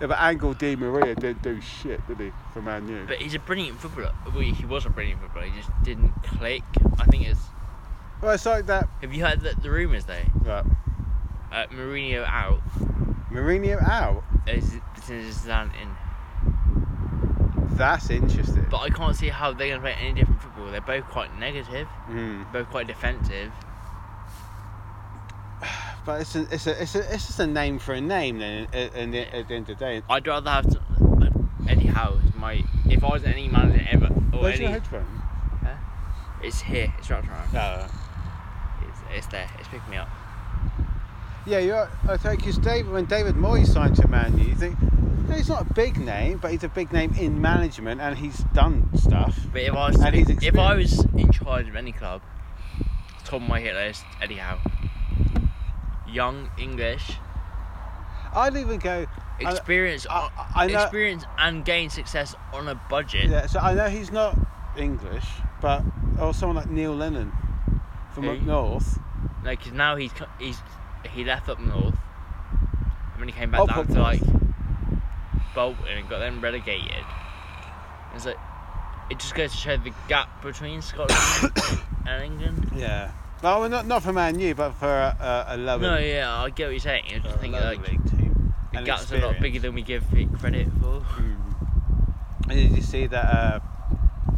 A: Yeah, but Angel Di Maria didn't do shit, did he? For Man U.
E: But he's a brilliant footballer. Well, he was a brilliant footballer. He just didn't click. I think it's.
A: Well, it's like that.
E: Have you heard the, the rumours though?
A: Right.
E: Uh, Mourinho out.
A: Mourinho out.
E: Is is Zidane in?
A: That's interesting.
E: But I can't see how they're going to play any different football. They're both quite negative,
A: Hmm.
E: both quite defensive.
A: But it's a, it's a, it's a, it's just a name for a name. Then, at, at, the- at the end of the day.
E: I'd rather have s- uh, Eddie Howe as my. If I was any manager ever, or
A: Where's your
E: any,
A: headphone?
E: it's here. It's right around.
A: No.
E: It's, it's there. It's picking me up.
A: Yeah, you're, I think because David, when David Moyes signed to Man U, you think no, he's not a big name, but he's a big name in management, and he's done stuff.
E: But if I was,
A: And he's
E: if I was in charge of any club, top of my hit list, Eddie Howe. Young English,
A: I'd even go. I-
E: experience,
A: I-
E: on-
A: I know-
E: experience, and gain success on a budget.
A: Yeah, so I know he's not English, but or someone like Neil Lennon from up
E: Who?
A: north.
E: Like, 'cause now he's co- he's he left up north, and when he came back
A: Up-
E: down
A: up
E: to
A: north.
E: like Bolton and got them relegated, it's like it just goes to show the gap between Scotland and England.
A: Yeah. Well, well, not not for Man U, but for a, a, a lower.
E: No, yeah, I get what you're saying. I
A: for
E: just
A: a
E: think
A: lower
E: like
A: Uh, league team.
E: the
A: And
E: gap's a lot
A: experience.
E: bigger than we give it credit for.
A: Mm. And did you see that? Uh,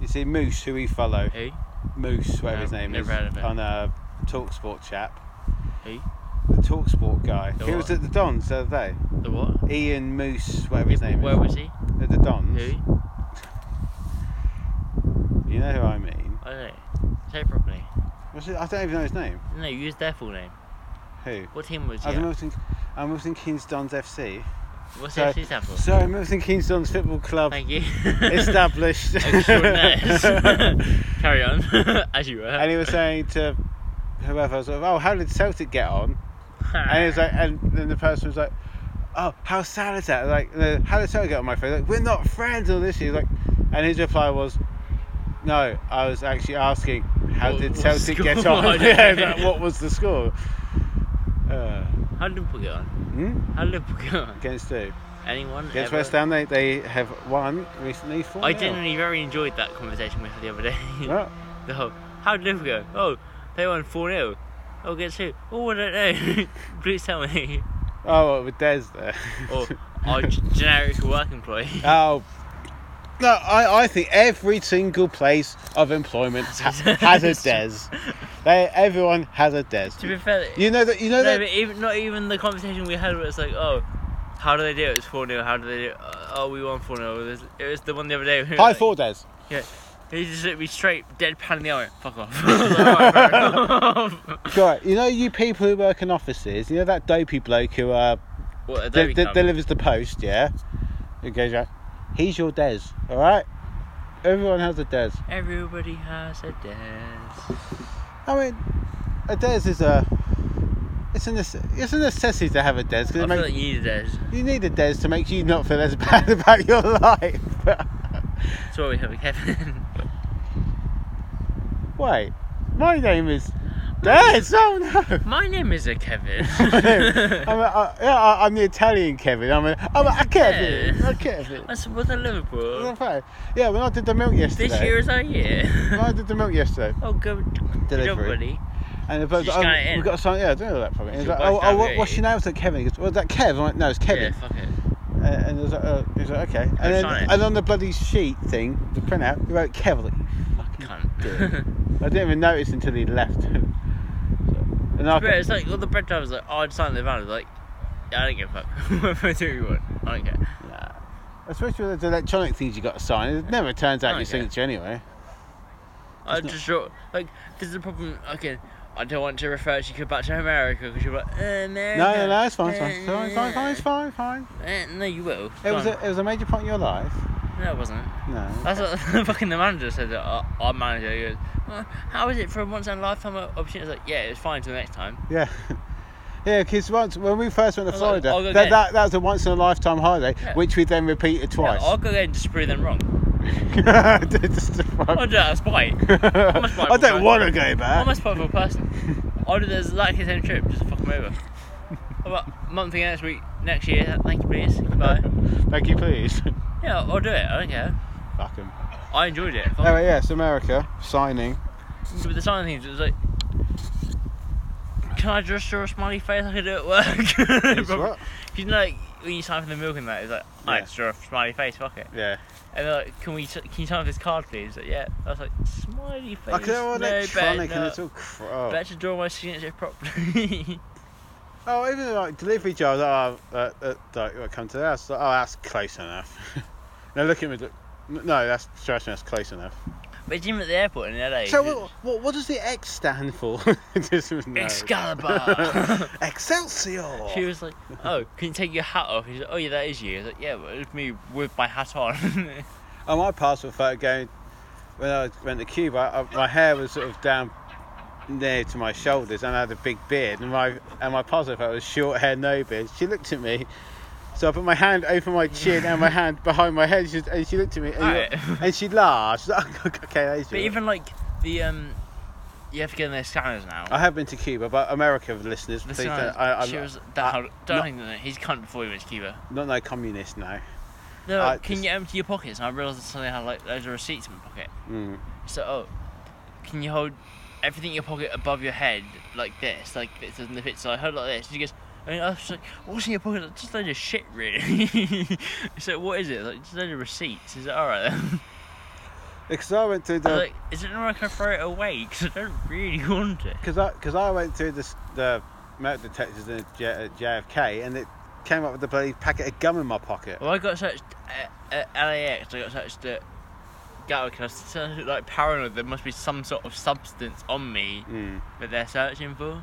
A: you see Moose, who we follow,
E: Who?
A: Moose, whatever
E: No,
A: his name
E: never
A: is,
E: heard of him.
A: on a Talksport chap,
E: Who?
A: the Talksport guy.
E: The
A: he was
E: what?
A: at the Dons the other day.
E: The what?
A: Ian Moose, whatever his
E: Yeah,
A: name
E: Where
A: is,
E: was he?
A: at the Dons.
E: Who?
A: You know who I mean?
E: I don't know. Say it properly.
A: Was it, I don't even know his name.
E: No, use their full name.
A: Who?
E: What team was he?
A: I'm
E: at?
A: Milton, I'm Milton Keynes Dons FC.
E: What's
A: sorry.
E: the FC stand for?
A: Sorry, Milton Keynes Dons Football Club
E: Thank you.
A: established.
E: Extraordinaires. Carry on, as you were.
A: and he was saying to whoever, I was like, "Oh, how did Celtic get on?" And he was like, and then the person was like, "Oh, how sad is that?" Like, uh, how did Celtic get on my phone? Like, we're not friends or this. He's like, and his reply was, "No, I was actually asking How
E: What-
A: did
E: what's
A: Celtic
E: the
A: get
E: score? I
A: on?
E: don't
A: yeah,
E: know.
A: that- what was the score? Uh,
E: How did Liverpool get on?
A: hmm?
E: How did Liverpool get on?
A: Against who?
E: Anyone?
A: Against
E: ever?
A: West Ham, they, they have won recently. 4
E: I genuinely very enjoyed that conversation we had the other day.
A: Well,
E: the whole, how did Liverpool go? Oh, they won 4 0. Oh, against who? Oh, I don't know. Please tell me.
A: oh, what, with Des there.
E: Or our g- generic work employee.
A: Oh. No, I, I think every single place of employment ha- has a Des. They, everyone has a Des.
E: to be fair,
A: You know that you know
E: no,
A: that
E: but even, not even the conversation we had where it's like, oh, how do they do it? It's 4 0. How do they do it? Uh, Oh, we won 4 0. It was, it was the one the other day. where we were
A: high
E: like-
A: four Des.
E: Yeah. He just looked me straight, deadpan in the eye. Fuck off. I was like, "Alright, fair enough."
A: Right, you know you people who work in offices. You know that dopey bloke who uh,
E: what,
A: de-
E: a dairy
A: de-
E: cum.
A: delivers the post. Yeah, who goes out. He's your Des. All right. Everyone has a Des.
E: Everybody has a dance.
A: I mean, a Des is a. It's a nece- it's a necessity to have a Des because
E: I
A: it
E: feel
A: makes
E: like you need a dance.
A: you need a Des to make you not feel as bad about your life.
E: That's why we have a Kevin.
A: Wait, my name is Des. Oh no.
E: My name is a Kevin.
A: I'm, a, I, yeah, I- I'm the Italian Kevin. I'm a, I'm a, a Kevin. A Kevin.
E: That's what a Liverpool.
A: Okay. Yeah, when I did the milk yesterday.
E: This year is our
A: When I
E: year.
A: did the milk yesterday,
E: oh, go. Good job,
A: Delivery.
E: buddy.
A: and the bloke
E: Just
A: oh,
E: got it in.
A: we've got a sign. Yeah, I don't know that probably. And he's
E: Your
A: like, oh,
E: wife
A: oh
E: down
A: what,
E: there,
A: what's your name? I said Kevin. He goes, well, is that Kev? I'm like, no, it's
E: Yeah,
A: Kevin.
E: fuck it.
A: Uh, and he was like, uh, he was like, okay. And, then,
E: sign it.
A: and on the bloody sheet thing, the printout, he wrote Kevin.
E: Cunt.
A: I didn't even notice until he left. So, and I
E: but it's like all the bread drivers like, oh, I'd sign the van. Like, I don't give a fuck. Whatever I do you want. I don't care.
A: Nah. Especially with those electronic things you got to sign, it never turns out
E: Oh,
A: your
E: yeah.
A: signature anyway.
E: I
A: It's not-
E: just thought, like, this is the problem. Okay, I don't want to refer to you back to America because you're like, eh, America.
A: No, no, no, it's fine, it's fine,
E: eh,
A: fine, fine, fine, it's fine, fine.
E: eh, no, you will.
A: It was
E: Fine.
A: a, it was a major point in your life.
E: No, it wasn't.
A: No.
E: That's what fucking the manager said. That our, our manager he goes, well, "How is it for a once in a lifetime opportunity?" I was like, "Yeah, it's fine till next time."
A: Yeah. Yeah, because once when we first went to
E: I'll go-
A: Florida,
E: I'll go
A: that,
E: again.
A: that, that was a once in a lifetime holiday,
E: Yeah.
A: which we then repeated
E: Yeah,
A: twice.
E: I'll go there and just prove them wrong. Oh,
A: Just to fuck-
E: I'll do that as spite. I'm a spiteful
A: I don't
E: person.
A: want to go back.
E: I'm a spiteful person. I'll do the exactly same trip, just fuck them over. About month again next week, next year. Thank you, please. Goodbye.
A: Thank you, please.
E: yeah, I'll do it. I don't care.
A: Fuck 'em.
E: I enjoyed it. Fuck
A: Anyway, yes, America signing.
E: But the sign things it was like, can I just draw a smiley face? I could do it at work.
A: It's what?
E: You know, like when you sign for the milk and that, it's like, I
A: Yeah.
E: just draw a smiley face. Fuck it.
A: Yeah.
E: And they're like, can we? T- can you sign for this card, please? Like, yeah. I was like, smiley face.
A: I could have
E: no,
A: electronic
E: better,
A: and
E: not.
A: it's all crap.
E: better draw my signature properly.
A: Oh, even like delivery jobs oh, uh, uh, like, like, come to the house. Like, oh, that's close enough. now look at me. look- No, that's trust me, that's close enough.
E: but even at the airport in LA.
A: So,
E: it's-
A: what, what, what does the X stand for? Just no.
E: Excalibur.
A: Excelsior!
E: She was like, "Oh, can you take your hat off?" He's like, "Oh yeah, that is you." I was like, "Yeah, but it's me with my hat on."
A: Oh, my passport photo going when I went to Cuba, I, my hair was sort of down near to my shoulders, and I had a big beard, and my and my passport photo was short hair, no beard. She looked at me, so I put my hand over my chin and my hand behind my head, she, and she looked at me, and,
E: Alright.
A: and she laughed. She's like, okay, that is
E: but
A: you."
E: even like the um, you have to get in their scanners now.
A: I have been to Cuba, but America listeners,
E: The
A: please don't.
E: sign-
A: I, I'm
E: she was that.
A: I-
E: hard- don't
A: not-
E: think that he's cunt before he went to Cuba.
A: not no communist now.
E: No,
A: I
E: can
A: just-
E: you empty your pockets? And I realised that suddenly I had like loads of receipts in my pocket.
A: Mm.
E: So, oh, can you hold everything in your pocket above your head like this, like this in the pit? So I held it like this. And she goes, I mean, I was just like, what's in your pocket? Like, just a load of shit, really. so what is it? Like just a load of receipts. Is it all right? Then?
A: Because I went to
E: I
A: the.
E: was like, is it not I can throw it away? Because I don't really want it.
A: Because I, cause I went through this, the metal detectors in J, at JFK and it came up with the bloody packet of gum in my pocket.
E: Well, I got searched at, at LAX. I got searched at Gatwick, and I was so, like paranoid. There must be some sort of substance on me
A: Mm.
E: that they're searching for.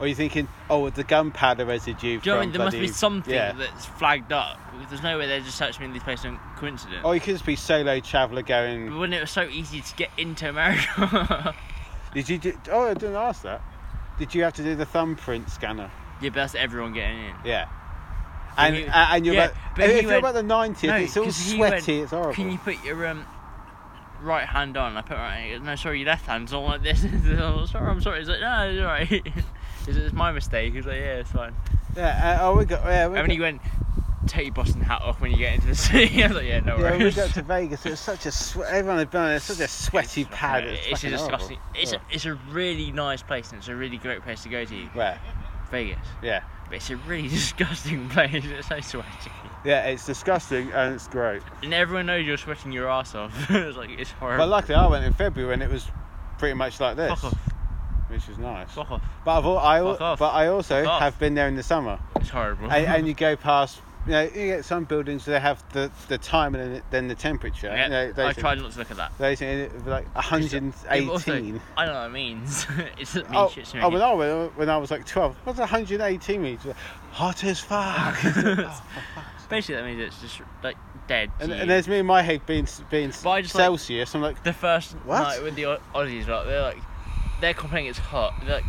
A: Or you're thinking, oh, with the gunpowder residue.
E: Do you know what I
A: from
E: mean? There must be
A: bloody-
E: something
A: Yeah.
E: that's flagged up. There's no way they're just searching me in these places on coincidence.
A: Or Oh, you could just be solo traveller
E: But
A: going.
E: when it was so easy to get into America.
A: Did you? Do, oh, I didn't ask that. Did you have to do the thumbprint scanner?
E: yeah, but that's everyone getting in.
A: Yeah.
E: But
A: And
E: he-
A: uh, and you're
E: yeah,
A: about,
E: but
A: if
E: he
A: you're
E: went-
A: about the 90th,
E: No,
A: it's all
E: 'cause he went,
A: sweaty. it's horrible.
E: Can you put your um right hand on. I put right. hand- he goes, No, sorry, your left hand's all like this. I'm like, sorry, I'm sorry. He's like, no, it's alright. He's like, it's my mistake. He's like, yeah, it's fine.
A: Yeah, uh, oh, we got. Yeah, we
E: and
A: got,
E: when he went, take your Boston hat off when you get into the sea. I was like, yeah, no
A: yeah,
E: worries.
A: when we got to Vegas. It was such a swe- everyone had been. It's such a sweaty pad. It was
E: It's a
A: fucking
E: disgusting.
A: horrible.
E: It's, a, it's a really nice place and it's a really great place to go to,
A: Where?
E: Vegas.
A: Yeah,
E: But it's a really disgusting place. It's so sweaty.
A: yeah. It's disgusting and it's great.
E: And everyone knows you're sweating your ass off. it's like, it's horrible.
A: But luckily, I went in February and it was pretty much like this,
E: Um, Fuck off,
A: which was nice.
E: fuck off.
A: But I've, al- I, al-
E: Fuck off.
A: but I also
E: Fuck off.
A: have been there in the summer,
E: It's horrible.
A: and, and you go past. You know, you get some buildings they have the, the time and then- then the temperature.
E: Yeah,
A: You know,
E: I
A: those
E: tried not to look at that.
A: Those in it was like
E: Yeah, but also,
A: 118.
E: I don't know what it means. it doesn't mean
A: Oh,
E: shit to me.
A: oh, when I was, when I was like 12, what's 118 meters? Hot as fuck.
E: Basically, that means it's just like dead. to
A: and,
E: you.
A: and there's me and my head being being
E: But I just like-
A: Celsius. I'm like,
E: the first
A: What?
E: night with the Au- Aussies, right? They're like, they're complaining it's hot. They're like,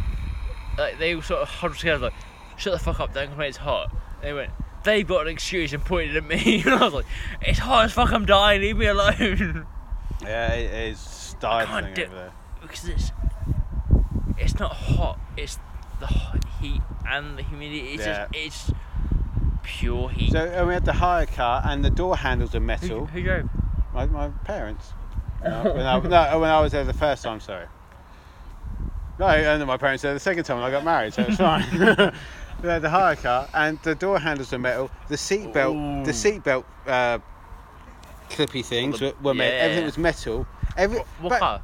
E: like they all sort of huddled together, like, shut the fuck up, don't complain it's hot. They went, they've got an excuse and pointed at me. and I was like, it's hot as fuck, I'm dying, leave me alone.
A: yeah, it is
E: I
A: stifling
E: can't do-
A: over there.
E: because it's, it's not hot, it's the hot heat and the humidity. It's
A: Yeah.
E: just, it's pure heat.
A: So and we had the hire car, and the door handles are
E: who,
A: metal.
E: who drove?
A: My, my parents. When I, when I, no, when I was there the first time, sorry. No, and then my parents there the second time when I got married, so it's fine. we had the hire car, and the door handles were metal. The seat belt, the seat belt uh, clippy things were, were metal. Everything
E: yeah.
A: was metal. Every,
E: What
A: but
E: car?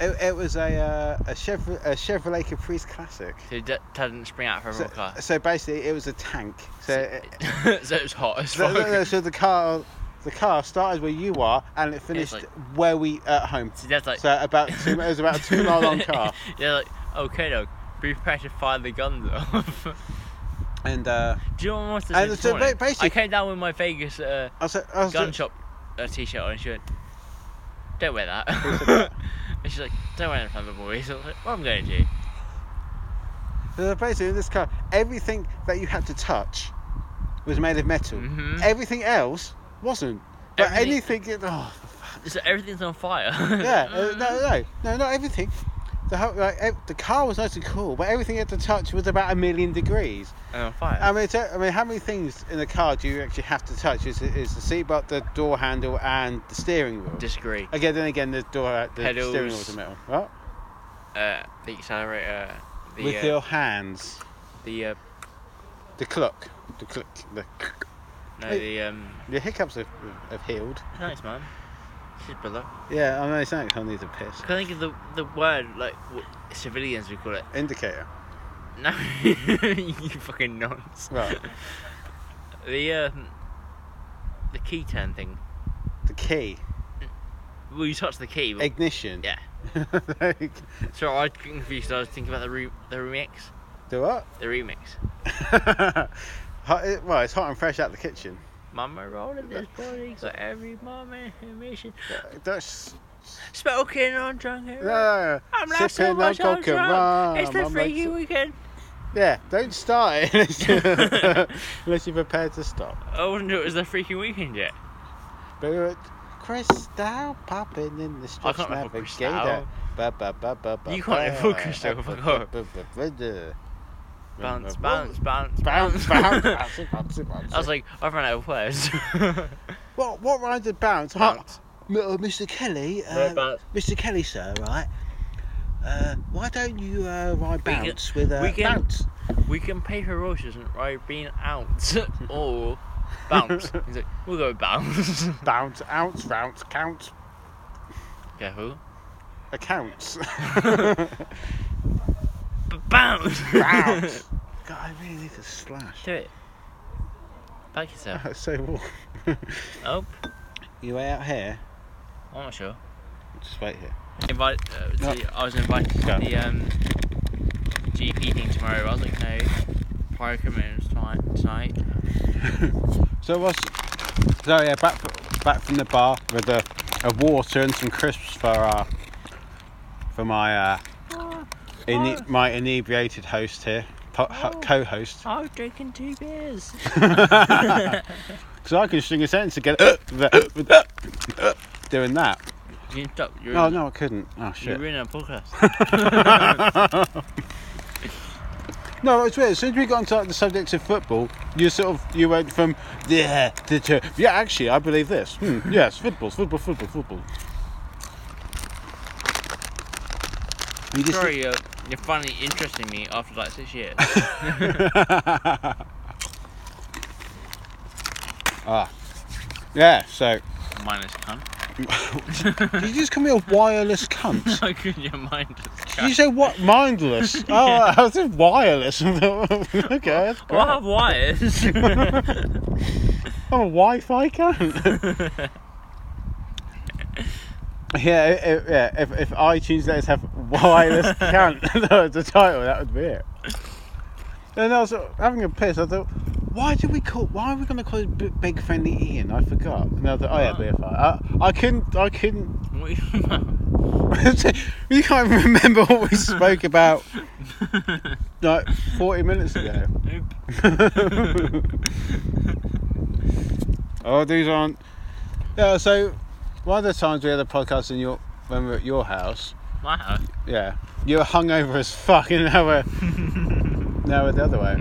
A: It, it was a uh, a, Chevrolet, a Chevrolet Caprice Classic.
E: So it d- doesn't spring out from
A: So,
E: a car.
A: so basically, it was a tank. So, it,
E: so it was hot as
A: so,
E: fuck.
A: so- so the car, the car started where you are, and it finished
E: like-
A: where we at home.
E: So that's like
A: So about two, it was about a two mile long car,
E: yeah, like okay, dog. Be prepared to fire the guns off.
A: and uh,
E: Do you know what I wanted to
A: And
E: say? this
A: so ba-
E: morning?
A: basically-
E: I came down with my Vegas uh,
A: I was, I was
E: gun shop uh, t-shirt on. and She went, "Don't wear that." and she's like, "Don't wear it in front of the boys." I was like, "What am I going to do?"
A: so basically in this car, everything that you had to touch was made of metal.
E: Mhm.
A: Everything else wasn't. But
E: Everything-
A: anything, oh,
E: So everything's on fire.
A: yeah, uh, no, no, no, not everything. The whole, like, ev- the car was nice and cool, but everything you had to touch was about a million degrees.
E: And on fire.
A: I mean, so- I mean, how many things in a car do you actually have to touch? Is is the seatbelt, the door handle, and the steering wheel?
E: Disagree.
A: Again, then again, the door, uh, the steering
E: Pedals.
A: wheel's a metal. What?
E: Uh, the accelerator. The
A: With
E: uh,
A: your hands.
E: the uh,
A: The clock. The clock. The,
E: no
A: Hey.
E: the um.
A: the hiccups have, have healed.
E: Thanks, man. Cheers, brother.
A: Yeah, I know it's something. I need a piss.
E: Can I think of the the word like what civilians would call it?
A: Indicator.
E: No, you fucking nonce.
A: Right.
E: The um, the key turn thing.
A: The key.
E: Well, you touch the key. But,
A: Ignition.
E: Yeah.
A: like,
E: so I got confused. I was thinking about the re- the remix,
A: do what?
E: the remix.
A: hot, well, it's hot and fresh out the kitchen.
E: Mama rolling this body, got every moment in mission.
A: That's.
E: Smoking on drunk here.
A: No, no, no.
E: I'm not so
A: Sipping on
E: much on
A: coca
E: drunk.
A: rum,
E: It's the
A: I'm
E: freaky
A: like-
E: weekend.
A: Yeah, don't start it unless you're, unless you're prepared to stop.
E: I wouldn't know it was the freaky weekend yet.
A: But uh, we were- crystal popping in the
E: I
A: stretch
E: can't remember
A: navigator. Ba, ba, ba, ba, ba,
E: You can't
A: ba.
E: remember crystal, fuck off.
A: Ba, ba, ba, ba.
E: Bounce, bounce, bounce,
A: bounce, bounce, bounce, it, bounce, it, bounce.
E: I was
A: it.
E: like, I've run out of words.
A: what? What rhymes with bounce? Huh?
E: Bounce.
A: M- uh, Mr. Kelly,
E: No,
A: uh,
E: bounce.
A: Mr. Kelly, sir, right? Uh, why don't you uh, ride
E: We can-
A: bounce with uh,
E: we can-
A: bounce?
E: We can pay for roaches by being out or bounce. He's like, we'll go bounce.
A: Bounce, ounce, bounce, count,
E: Careful.
A: accounts.
E: B- bounce!
A: bounce. God, I really need to slash.
E: Do it. Back yourself.
A: That's so warm.
E: Oh,
A: You way out here?
E: I'm not sure.
A: Just wait here.
E: Invite. Uh, the- I was invited
A: Go.
E: to the um, GP thing tomorrow. I was like, no. Prior commitments tonight. tonight.
A: So what's? So yeah, back back from the bar with a, a water and some crisps for uh for my uh ine- my inebriated host here, po- ho- co-host.
E: I was drinking two beers.
A: Because I can string a sentence together with- with- doing that.
E: You interrupt. You're,
A: Oh
E: in,
A: no, I couldn't. Oh shit.
E: you're in a podcast.
A: No, it's weird. As soon as we got into like, the subject of football, you sort of you went from yeah to, to yeah. Actually, I believe this. Hmm, yes, football, football, football, football. You just-
E: Sorry, you're, you're finally interesting me after like six years.
A: Yeah. So
E: Minus cunt.
A: did you just call me a wireless cunt?
E: I couldn't your mind just
A: Did you say what? Mindless. Oh, I said wireless. okay, that's great.
E: Well, I have wires.
A: I'm Oh, a Wi-Fi cunt. yeah, i- i- yeah. If, if iTunes let us have wireless cunt as the title, that would be it. And I was sort of having a piss. I thought, why do we call? Why are we going to call it B- Big Friendly Ian? I forgot. And I was like, oh yeah,
E: Wow.
A: BFI. I, I couldn't. I couldn't.
E: What you about?
A: you can't even remember what we spoke about like 40 minutes ago.
E: Oop.
A: Oh, these aren't. Yeah, so one of the times we had a podcast in your when we were at your house,
E: My house.
A: yeah, you were hungover as fuck, and now we're now we're the other way.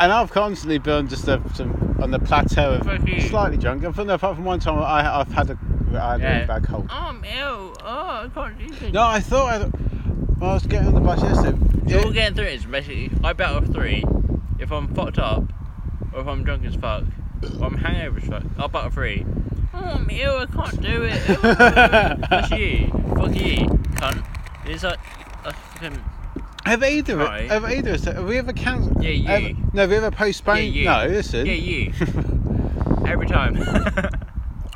A: And I've constantly been just a, some, on the plateau of
E: Fuck you.
A: slightly drunk. And from the, apart from one time, I, I've had a, I had
E: Yeah.
A: a bad cold.
E: I'm ill. Oh, I can't do things.
A: No, I thought I, when I was getting on the bus yesterday.
E: All
A: it-
E: getting through is basically I bet off three. If I'm fucked up, or if I'm drunk as fuck, or I'm hangover as fuck, I'll bet off three. Oh, I'm ill. I can't do it. Oh, That's you. Fuck you, cunt. It's like. I fucking-
A: Have either
E: Right.
A: have either of us- have we ever cancelled?
E: Yeah, you.
A: have- no, have we ever postponed?
E: you.
A: No, listen.
E: Yeah, you. Every time.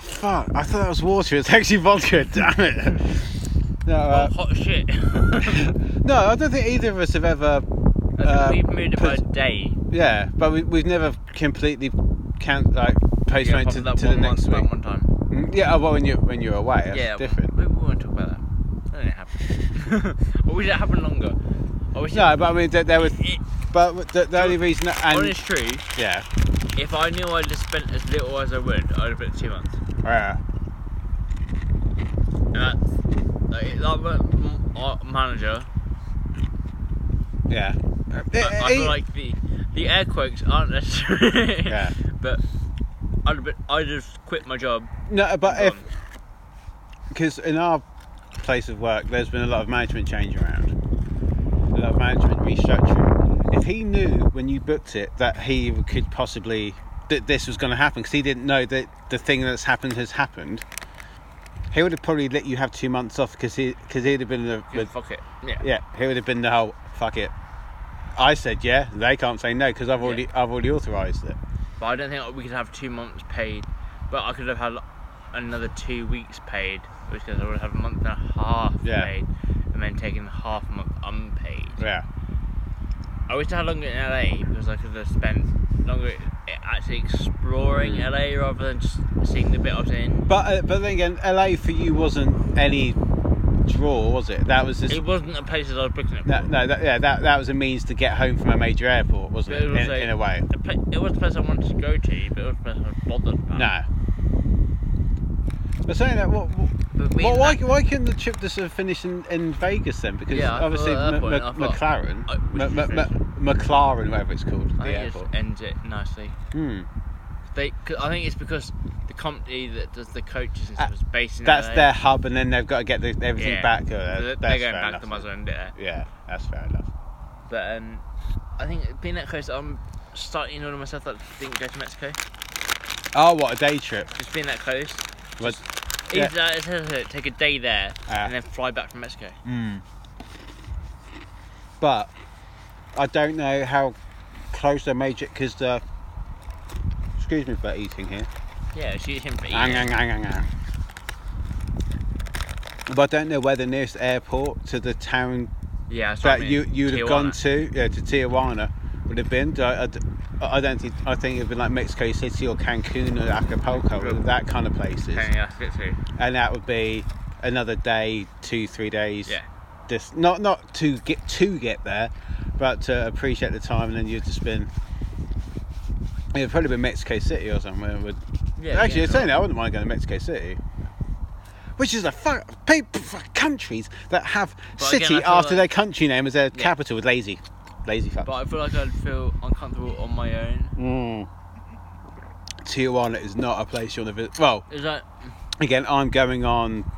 A: Fuck, I thought that was water. It's actually vodka. Damn it. No, uh,
E: Hot shit.
A: no, I don't think either of us have ever. Uh,
E: We've moved it by a
A: pos-
E: day.
A: yeah, but we, we've never completely can like
E: Yeah,
A: postponed
E: apart
A: to,
E: from that
A: to the
E: one
A: next
E: month,
A: week.
E: that one time.
A: Mm, Yeah, oh, well, when you when you're away, that's
E: yeah,
A: different.
E: We, we won't talk about that. That didn't happen. I wish it happened longer. I wish
A: No,
E: it,
A: but I mean, there, there was,
E: it,
A: but the, the only reason, and
E: honest truth,
A: yeah,
E: If I knew I'd have spent as little as I would, I'd have spent two months.
A: yeah,
E: And that's like, it- like my- m- our manager.
A: yeah.
E: I,
A: Eh,
E: I
A: eh,
E: feel like the the air quotes aren't necessary.
A: Yeah.
E: But I'd have been, I'd have quit my job.
A: No, but
E: and
A: if
E: gone.
A: because in our place of work, there's been a lot of management change around, a lot of management restructuring. If he knew when you booked it that he could possibly that this was going to happen, because he didn't know that the thing that's happened has happened, he would have probably let you have two months off because he because he'd have been the
E: Yeah, fuck it. Yeah.
A: yeah he would have been the whole fuck it. I said yeah, they can't say no because I've already I've already authorised it.
E: But I don't think we could have two months paid. But I could have had another two weeks paid, which is I would have a month and a half
A: Yeah.
E: paid, and then taken half a month unpaid.
A: Yeah,
E: I wish I had longer in LA because I could have spent longer actually
A: Mm.
E: exploring LA rather than just seeing the bit I was in.
A: but uh, but then again, LA for you wasn't any draw, was it? That was just
E: It wasn't the places I was picking up.
A: No, no, that, yeah, that, that was a means to get home from a major airport, wasn't
E: But
A: it?
E: it was
A: in,
E: like-
A: in a way.
E: The pla- it was the place I wanted to go to, but it was the place I was bothered about.
A: No. But saying that, what, what,
E: But me
A: why-
E: and
A: why,
E: that-
A: why couldn't the trip just have finished in, in Vegas then? Because
E: Yeah, I thought
A: obviously
E: at that
A: M-
E: point, I
A: M-
E: thought,
A: McLaren,
E: I- we
A: M-
E: should
A: M-
E: finish.
A: M- McLaren, whatever it's called,
E: I
A: the
E: think it just
A: airport.
E: ends it nicely.
A: Hmm.
E: They, 'cause I think it's because the company that does the coaches and
A: Ah,
E: stuff is based in
A: That's
E: LA.
A: their hub, and then they've got to get the, everything
E: Yeah.
A: back. Uh,
E: So
A: that's
E: they're
A: fair
E: going back
A: enough.
E: to Muslim there.
A: Yeah, that's fair enough.
E: But um, I think being that close, I'm starting to order myself that I didn't go to Mexico.
A: Oh, what a day trip!
E: Just being that close.
A: But, Yeah.
E: Either that, it's- it's- it's take a day there
A: Ah. Mm.
E: and then fly back from Mexico.
A: but I don't know how close they made it because the. Excuse me for eating here.
E: Yeah, shoot him for
A: Hang,
E: eating.
A: hang, hang, hang, hang. But I don't know where the nearest airport to the town
E: Yeah, that's what I
A: that
E: mean.
A: you you would have gone to,
E: Tijuana.
A: yeah, to Tijuana, would have been. I, I d- I don't think I think it'd been like Mexico City or Cancun or Acapulco, or that kind of places,
E: Okay, yeah, that's it too.
A: and that would be another day, two three days.
E: Yeah.
A: This not not to get to get there, but to appreciate the time, and then you'd just been. It'd probably be Mexico City or somewhere. Would actually,
E: Yeah, yeah,
A: you're saying that I wouldn't mind going to Mexico City. which is the fuck people countries that have
E: But again,
A: city
E: I feel
A: after
E: like-
A: their country name as their capital. Lazy, lazy fuck.
E: But I feel like I'd feel uncomfortable on my
A: Mm.
E: own.
A: Tijuana is not a place you want to visit. Well,
E: Is that
A: again, I'm going on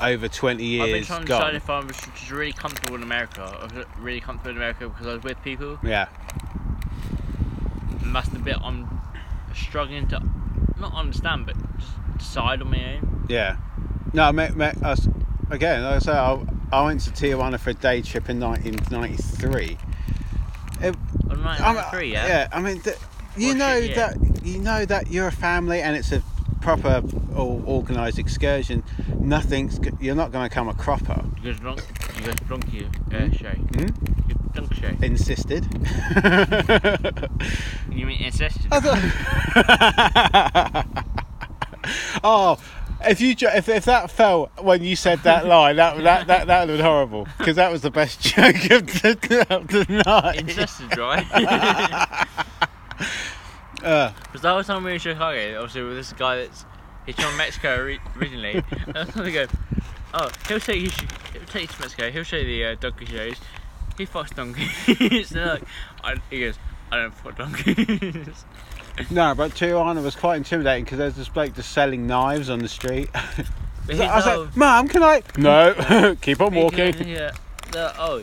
A: over 20
E: I've been
A: years
E: trying to
A: gone.
E: decide if I was just really comfortable in America. I was really comfortable in America because I was with people.
A: yeah,
E: And that's the bit I'm struggling to not understand, but just decide on my own.
A: yeah. No, me, me, us, again, like I say, I, I went to Tijuana for a day trip in 1993. It,
E: I'm like
A: I'm-
E: three, yeah.
A: I mean, th- you
E: Or
A: know
E: shit, yeah.
A: that you know that you're a family and it's a proper or organised excursion. Nothing's g- you're not going to come a cropper.
E: You guys drunk? You guys drunk? You uh, show?
A: Hmm?
E: You drunk show?
A: Insisted.
E: You mean incest?
A: oh, if you jo- if, if that fell when you said that line, that that that that would be horrible because that was the best joke of the, of the night.
E: Incested, right? Because
A: Uh.
E: the whole time we were in Chicago, obviously with this guy that's he's from Mexico ori- originally, and I was trying to go, oh, he'll take you, sh- he'll take you to Mexico, he'll show you the uh, donkey shows. He fucks donkeys. They're like, I, he goes, I don't fuck donkeys.
A: No, but Tijuana was quite intimidating because there's this bloke just selling knives on the street.
E: But
A: I was
E: he's all-
A: like, "Mum, can I?" No, keep on
E: he goes,
A: walking.
E: Yeah. the- oh.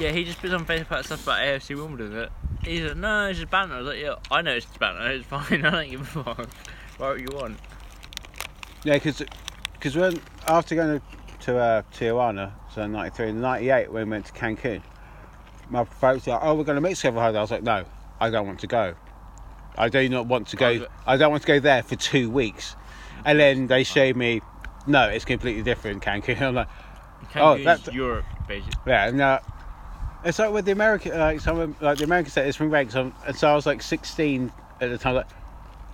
E: Yeah, he just puts on Facebook about stuff about AFC Wimbledon. But he's like, no, it's just banner. I was like, yeah, I know it's just banner. It's fine. I don't give a fuck. Write what you want.
A: Yeah, because when after going to, to uh, Tijuana, so in '93 and '98 when we went to Cancun, my folks were like, "Oh, we're going to Mexico for holiday." I was like, "No, I don't want to go. I do not want to
E: Oh,
A: go.
E: but-
A: I don't want to go there for two weeks." And then they showed me, "No, it's completely different Cancun." I'm like, Oh,
E: Cancun's
A: that's-
E: Europe, basically.
A: Yeah, no. It's like with the American, like some like the American set is from ranks, and so I was like 16 at the time. Like,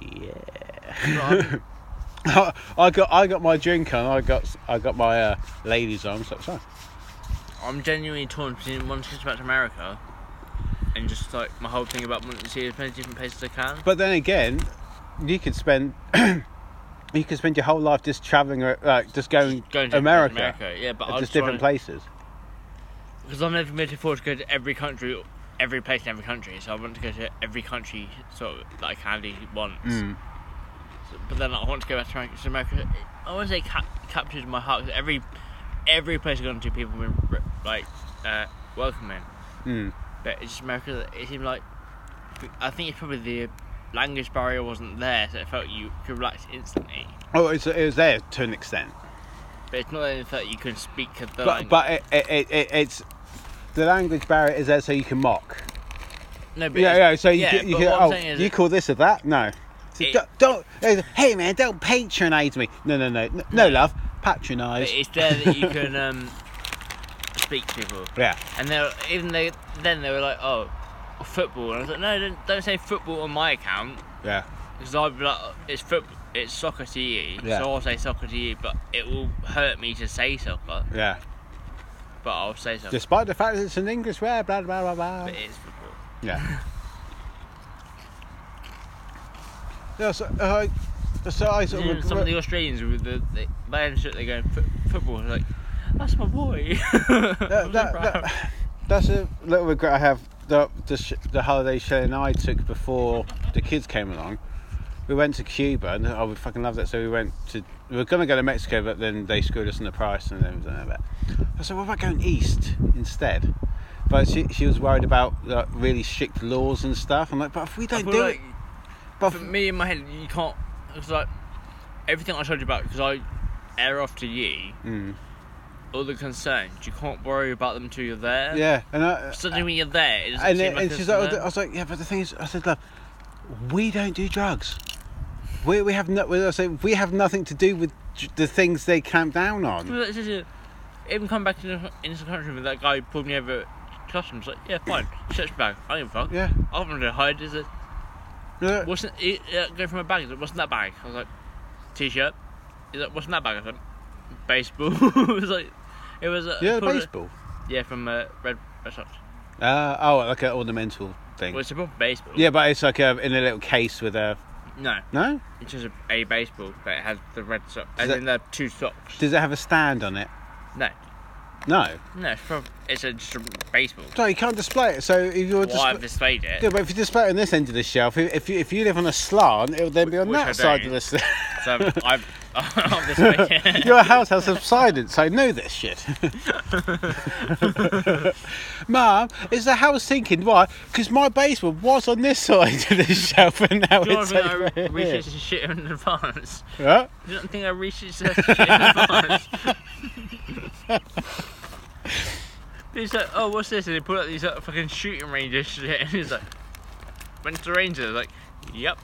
A: yeah. I got I got my drink on. I got I got my uh, ladies on. So it's fine.
E: I'm genuinely torn between wanting to go back to America and just like my whole thing about wanting to see as many different places I can.
A: But then again, you could spend you could spend your whole life just traveling, like just going,
E: Going to
A: America,
E: America, yeah, but I
A: just
E: just
A: different places.
E: Because I've never been afford to go to every country, every place in every country, so I want to go to every country sort of that I can do once.
A: Mm.
E: So- but then I want to go back to America. So America I want to say cap- captured my heart. 'cause every every place I've gone to, people were like uh, welcoming.
A: Mm.
E: But it's just America. that- It seemed like I think it's probably the language barrier wasn't there, so it felt you could relax instantly.
A: Oh, it's, it was there to an extent.
E: But it's not that it felt you could speak the
A: But
E: language.
A: but it, it, it, it, it's the language barrier is there so you can mock.
E: no, but
A: Yeah,
E: it's-
A: yeah. So you, get- you,
E: but
A: get-
E: what I'm
A: oh,
E: saying is
A: you
E: it-
A: call this or that? No. So
E: It-
A: don't, don't- eh, Hey man, don't patronise me. No, no, no, no, no love.
E: But
A: Patronise.
E: it's there that you can um, speak to people.
A: Yeah.
E: And they even they then they were like, oh, football. And I was like, no, don't, don't say football on my account
A: Yeah.
E: because I'd be like, "Oh, it's football, it's soccer to you.
A: Yeah.
E: So I'll say soccer to you, but it will hurt me to say soccer.
A: Yeah.
E: But I'll say soccer.
A: Despite the fact that it's an English word, blah blah blah blah.
E: But it's football.
A: Yeah. yeah. So, uh, so I sort
E: Even
A: of
E: some of the Australians with the, the band shit, they go "Foot- football. They're like, that's my boy. I'm so
A: that-
E: proud.
A: That's a little regret I have. The, the, sh- the holiday Shelley and I took before the kids came along. We went to Cuba, and I would fucking love that. So we went to. We were going to go to Mexico, but then they screwed us on the price, and then we didn't have it. I said, "What about going east instead?" But she, she was worried about like, really strict laws and stuff. I'm like, "But if we
E: I
A: don't
E: feel
A: do
E: like
A: it, but
E: for me in my head, you can't. It's like everything I told you about because I air off to you.
A: Mm.
E: All the concerns you can't worry about them till you're there.
A: yeah." And I,
E: Suddenly when you're there, it doesn't
A: and,
E: seem
A: then,
E: like
A: and
E: a
A: she's like,
E: concern.
A: I was like, yeah, but the thing is, I said, love, we don't do drugs. We, we have no, we, I said, we have nothing to do with j- the things they clamp down on.
E: Well, this is it. Even come back to the, into the country with that guy who pulled me over at customs. Like, yeah, fine, search bag. I don't give a fuck.
A: Yeah.
E: I wanted to hide. Is it?
A: Yeah.
E: Wasn't it? Uh, go from a bag. He's like, What's in that bag? I was like, t-shirt. He's like, what's in that bag? I said, baseball. it was like, it was. Uh,
A: Yeah,
E: pulled it-
A: baseball.
E: Yeah, from uh, Red, Red Sox.
A: Uh, oh, like an ornamental thing.
E: Well, it's a proper baseball.
A: Yeah, but it's like a, in a little case with a
E: No,
A: No?
E: it's just a, a baseball that has the red sock,
A: Is
E: and
A: that-
E: then the two socks.
A: Does it have a stand on it?
E: No,
A: No.
E: no, it's, from, it's a, just a baseball.
A: No, you can't display it. So if you're
E: Well, I've
A: display-
E: displayed it.
A: yeah, but if you display it on this end of the shelf, if if you, if you live on a slant, it will then be on
E: Which I
A: that side of
E: don't.
A: the shelf.
E: So I've, I've, I've displayed it.
A: Your house has subsidence. I know this shit. Mum, is the house sinking? Why? Because my baseball was on this side of the shelf, and now
E: Do you not
A: it's
E: think I
A: over
E: re-
A: here.
E: researched this shit in advance?
A: Huh?
E: Do you not think I researched this shit in advance? He's like, oh, what's this? And he pulled out these like, fucking shooting ranges shit, and he's like, went to the ranger. I was like, yep.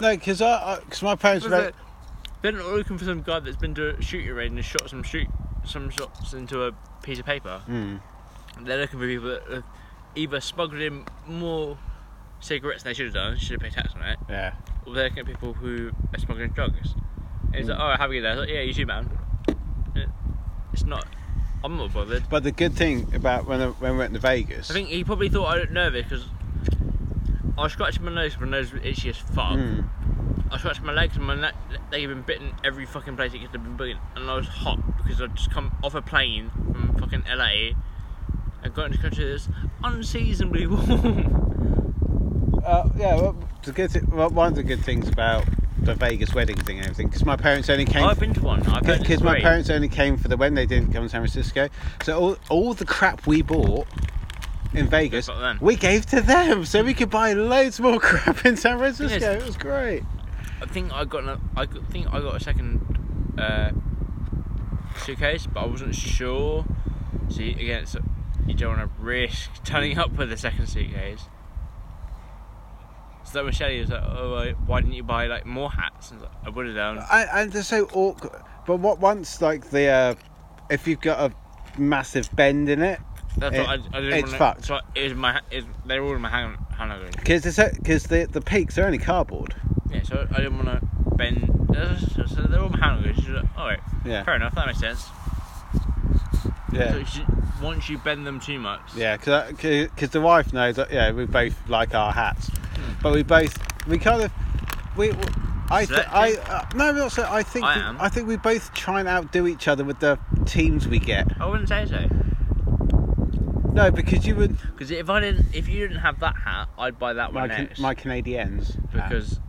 A: No, because I, because my parents
E: Was
A: wrote.
E: it- They're not looking for some guy that's been to a shooting range and shot some shoot some shots into a piece of paper. They're looking for people that have either smuggled in more cigarettes than they should have done, should have paid tax on it,
A: Yeah.
E: or they're looking at people who are smuggling drugs. And he's like, oh, have a good day. I was like, yeah, you too, man. It- It's not. I'm not bothered.
A: But the good thing about when I, when we went to Vegas,
E: I think he probably thought I looked nervous because I was scratching my nose, 'cause my nose was itchy as fuck.
A: Mm.
E: I scratched my legs and my neck, they've been bitten every fucking place it could have been bitten. And I was hot because I'd just come off a plane from fucking LA and got into a country that's unseasonably warm.
A: uh, yeah, well, the good thi- well, one of the good things about the Vegas wedding thing and everything, because my parents only came.
E: I've been to one. I've heard
A: because
E: it's
A: my
E: great.
A: parents only came for the when they didn't come to San Francisco. So all, all the crap we bought in Vegas,
E: got them.
A: we gave to them, so we could buy loads more crap in San Francisco.
E: Yes.
A: It was great.
E: I think I got. An, I got- think I got a second uh, suitcase, but I wasn't sure. See, again, it's, you don't want to risk turning up with a second suitcase. So then when Shelley was like, "Oh, uh, why didn't you buy like more hats?" And I, was like, I would have done.
A: I, and they're so awkward. But what once like the uh, if you've got a massive bend in it,
E: That's what I, I didn't
A: it's
E: wanna,
A: fucked.
E: So it was my, it, they were all in my hand, hand luggage.
A: because because the the peaks are only cardboard.
E: Yeah, so I didn't want to bend. So so they're all in my hand luggage. so, All right,
A: Yeah.
E: fair enough. That makes sense. So you should- once you bend them too much,
A: Yeah, because the wife knows that. Yeah, we both like our hats,
E: Hmm.
A: but we both we kind of we. w- I th- I uh, no, I'm not so. I think
E: I
A: we-
E: am.
A: I think we both try and outdo each other with the teams we get.
E: I wouldn't say so.
A: No, because you would
E: Because if I didn't, if you didn't have that hat, I'd buy that
A: my
E: one
A: can,
E: next.
A: my Canadiens hat.
E: because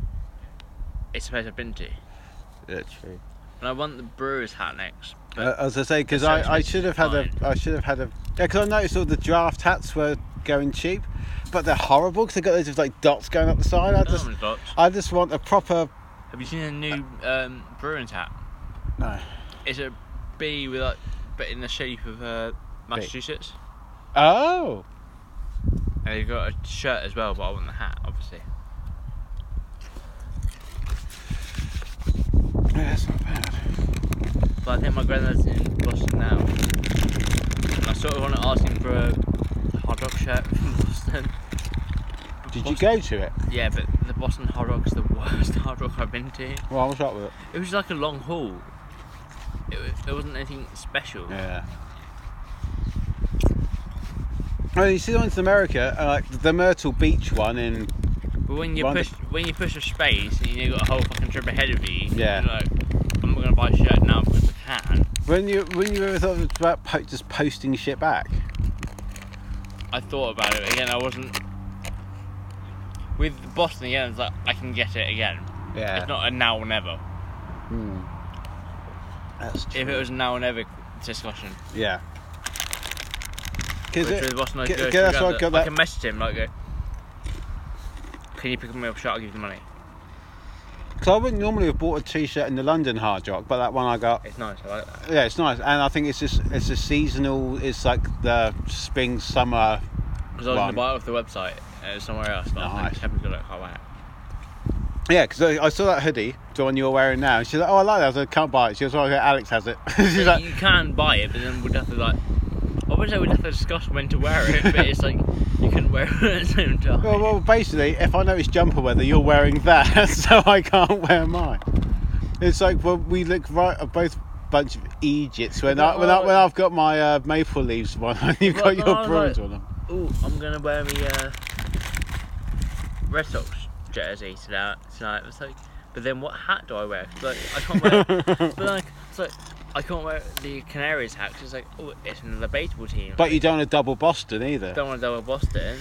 E: it's the place I've been to,
A: Ah, yeah, true.
E: and I want the Brewers hat next.
A: Uh,
E: But
A: as I say, because
E: it sounds
A: I, I should have had a
E: fine.
A: I should have had a yeah. Because I noticed all the draft hats were going cheap, but they're horrible because they've got those with like dots going up the side. I
E: that
A: just
E: one's got-
A: I just want a proper
E: have you seen the new um, Bruins hat?
A: no.
E: It's a B with like, but in the shape of uh, Massachusetts.
A: Oh,
E: And you've Uh, got a shirt as well, but I want the hat, obviously.
A: yeah, that's not bad.
E: But I think my granddad's in Boston now. And I sort of want to ask him for a Hard Rock shirt from Boston. But
A: Did you
E: Boston-
A: go to it?
E: Yeah, but the Boston Hard Rock's the worst Hard Rock I've been to.
A: Well, what's up with it?
E: It was like a long haul. It, wa- there wasn't anything special.
A: Yeah. Well, Oh, you see the ones in America, uh, like the Myrtle Beach one in.
E: But when you
A: Wonder-
E: push when you push a space and you got a whole fucking trip ahead of you,
A: Yeah.
E: you're like, I'm not gonna buy a shirt now because I can.
A: When you when you ever thought about po- just posting shit back?
E: I thought about it again. I wasn't with Boston again. It's like I can get it again.
A: Yeah.
E: It's not a now or never.
A: Hmm. That's
E: If it was a now or never discussion,
A: Yeah. Because
E: which with Boston, I'd
A: get-
E: go
A: get- that's
E: through
A: why I got
E: I
A: that-
E: can message him like, go, "Can you pick me up? Shot, I'll give you the money."
A: I wouldn't normally have bought a T-shirt in the London Hard Rock, but that one I got.
E: It's nice. I like that.
A: Yeah, it's nice, and I think it's just it's a seasonal. It's like the spring summer.
E: Because I was gonna
A: One.
E: buy it off the website uh, somewhere else, but I
A: Nice.
E: think Kevin's got it. Can't buy it.
A: Yeah, because I, I saw that hoodie, the one you're wearing now. and She's like, "Oh, I like that." I said, "Can't buy it." She was like, "Alex has it." She's
E: But
A: like,
E: you can buy it, but then we'd have to like. I would say we'd have to discuss when to wear it, but it's like you can wear it at the same time.
A: Well, well, basically, if I know it's jumper weather, you're wearing that, so I can't wear mine. It's like well, we look right at both bunch of Egypts when I when, I, when I've got my uh, maple leaves one and you've
E: Well,
A: got
E: no,
A: your
E: I
A: bronze
E: like-
A: one. on.
E: Oh, I'm gonna wear me uh, Red Sox jersey tonight. Tonight it was like, but then what hat do I wear? 'Cause, Like I can't wear. but like, it's like I can't wear the Canaries hat 'cause it's like, oh, it's an debatable team.
A: But you don't want to double Boston either.
E: don't want to double Boston.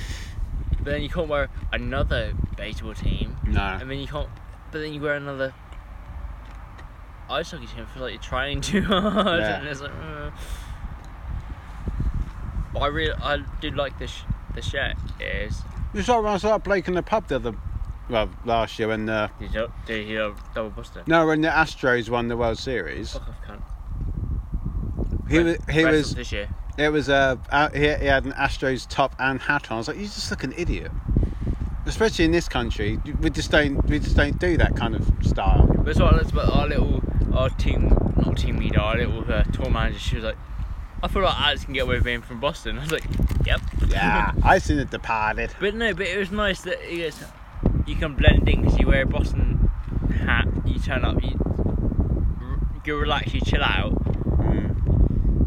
E: But then you can't wear another debatable team.
A: No.
E: And then you can't. But then you wear another ice hockey team. I feel like you're trying too hard.
A: Yeah.
E: And it's like. Uh. But I really, I do like this. sh- The shirt is.
A: You saw I saw Blake in the pub the other, well, last year when the
E: Did you, did you double Buster?
A: no when the Astros won the World Series.
E: Fuck off, cunt.
A: He was
E: Rest-
A: he
E: rest
A: was
E: of this year.
A: it was uh, out- he, he had an Astros top and hat on. I was like, you just look an idiot. Especially in this country, we just don't we just don't do that kind of style.
E: But That's what I liked about our little, our team, not team leader, our little uh, tour manager. She was like, I feel like Alex can get away with being from Boston. I was like, yep.
A: Yeah, I seen it departed.
E: But no, but it was nice that he goes, you can blend in because you wear a Boston hat, you turn up, you, r- you relax, you chill out.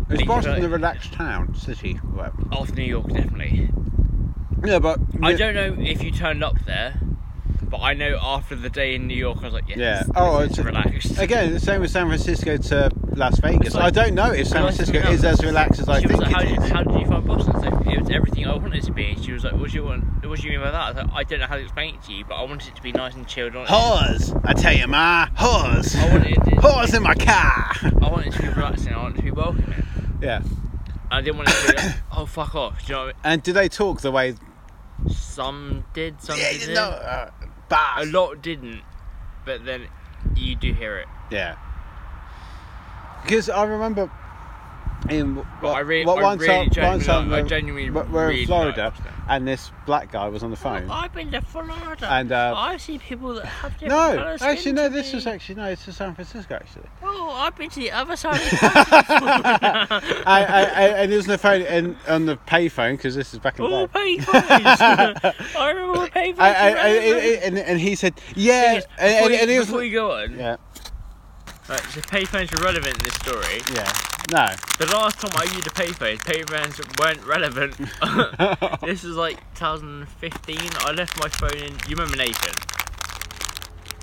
A: It's
E: But-
A: Boston a relaxed town, city? Well,
E: Off New York, definitely.
A: yeah, but
E: I don't know if you turned up there, but I know after the day in New York, I was like, yes,
A: Yeah.
E: this
A: Oh,
E: is
A: it's
E: relaxed.
A: Again, the same with San Francisco to Las Vegas.
E: It's like-
A: I don't know if San
E: Nice to
A: Francisco
E: meet
A: is
E: up.
A: as relaxed as I
E: she was
A: think
E: like, how,
A: it
E: did,
A: is.
E: how did you find Boston? So it was everything I wanted it to be. She was like, what do you want? What do you mean by that? I was like, I don't know how to explain it to you, but I wanted it to be nice and chilled. I wanted it-
A: Whores, I tell you, ma, whores.
E: I wanted it.
A: Whores in my car.
E: I wanted it to be relaxing. I wanted it to be welcoming.
A: Yeah.
E: I didn't want it to be like, oh fuck off. Do you know what I mean?
A: And do they talk the way?
E: Some did, some
A: Yeah, you
E: didn't.
A: know, uh,
E: A
A: bars.
E: lot didn't, but then you do hear it.
A: Yeah. Because I remember in what,
E: I re-
A: what
E: I
A: one
E: really
A: time, one
E: genuinely-
A: time
E: I
A: we're-
E: genuinely
A: we're, we're
E: really
A: in Florida,
E: like Boston.
A: and this black guy was on the phone.
E: I've been to Florida.
A: And, uh,
E: I've seen people that have different
A: no,
E: colours
A: actually,
E: skin
A: no.
E: to
A: This
E: me.
A: was actually no. It's in San Francisco, actually.
E: Oh, I've been to the other side. Of the country.
A: I, I, I, and it was on the phone and on the payphone because this is back in the
E: All
A: day.
E: payphones. I remember all payphones.
A: I, I, I,
E: around me.
A: and, and, and he said, yeah,
E: Yes,
A: and,
E: before
A: and,
E: you-
A: and he was,
E: before you go on,
A: yeah,
E: right, so payphones are relevant in this story.
A: yeah, no,
E: The last time I used a payphone, payphones weren't relevant. this was like 2015. I left my phone in. You remember Nathan?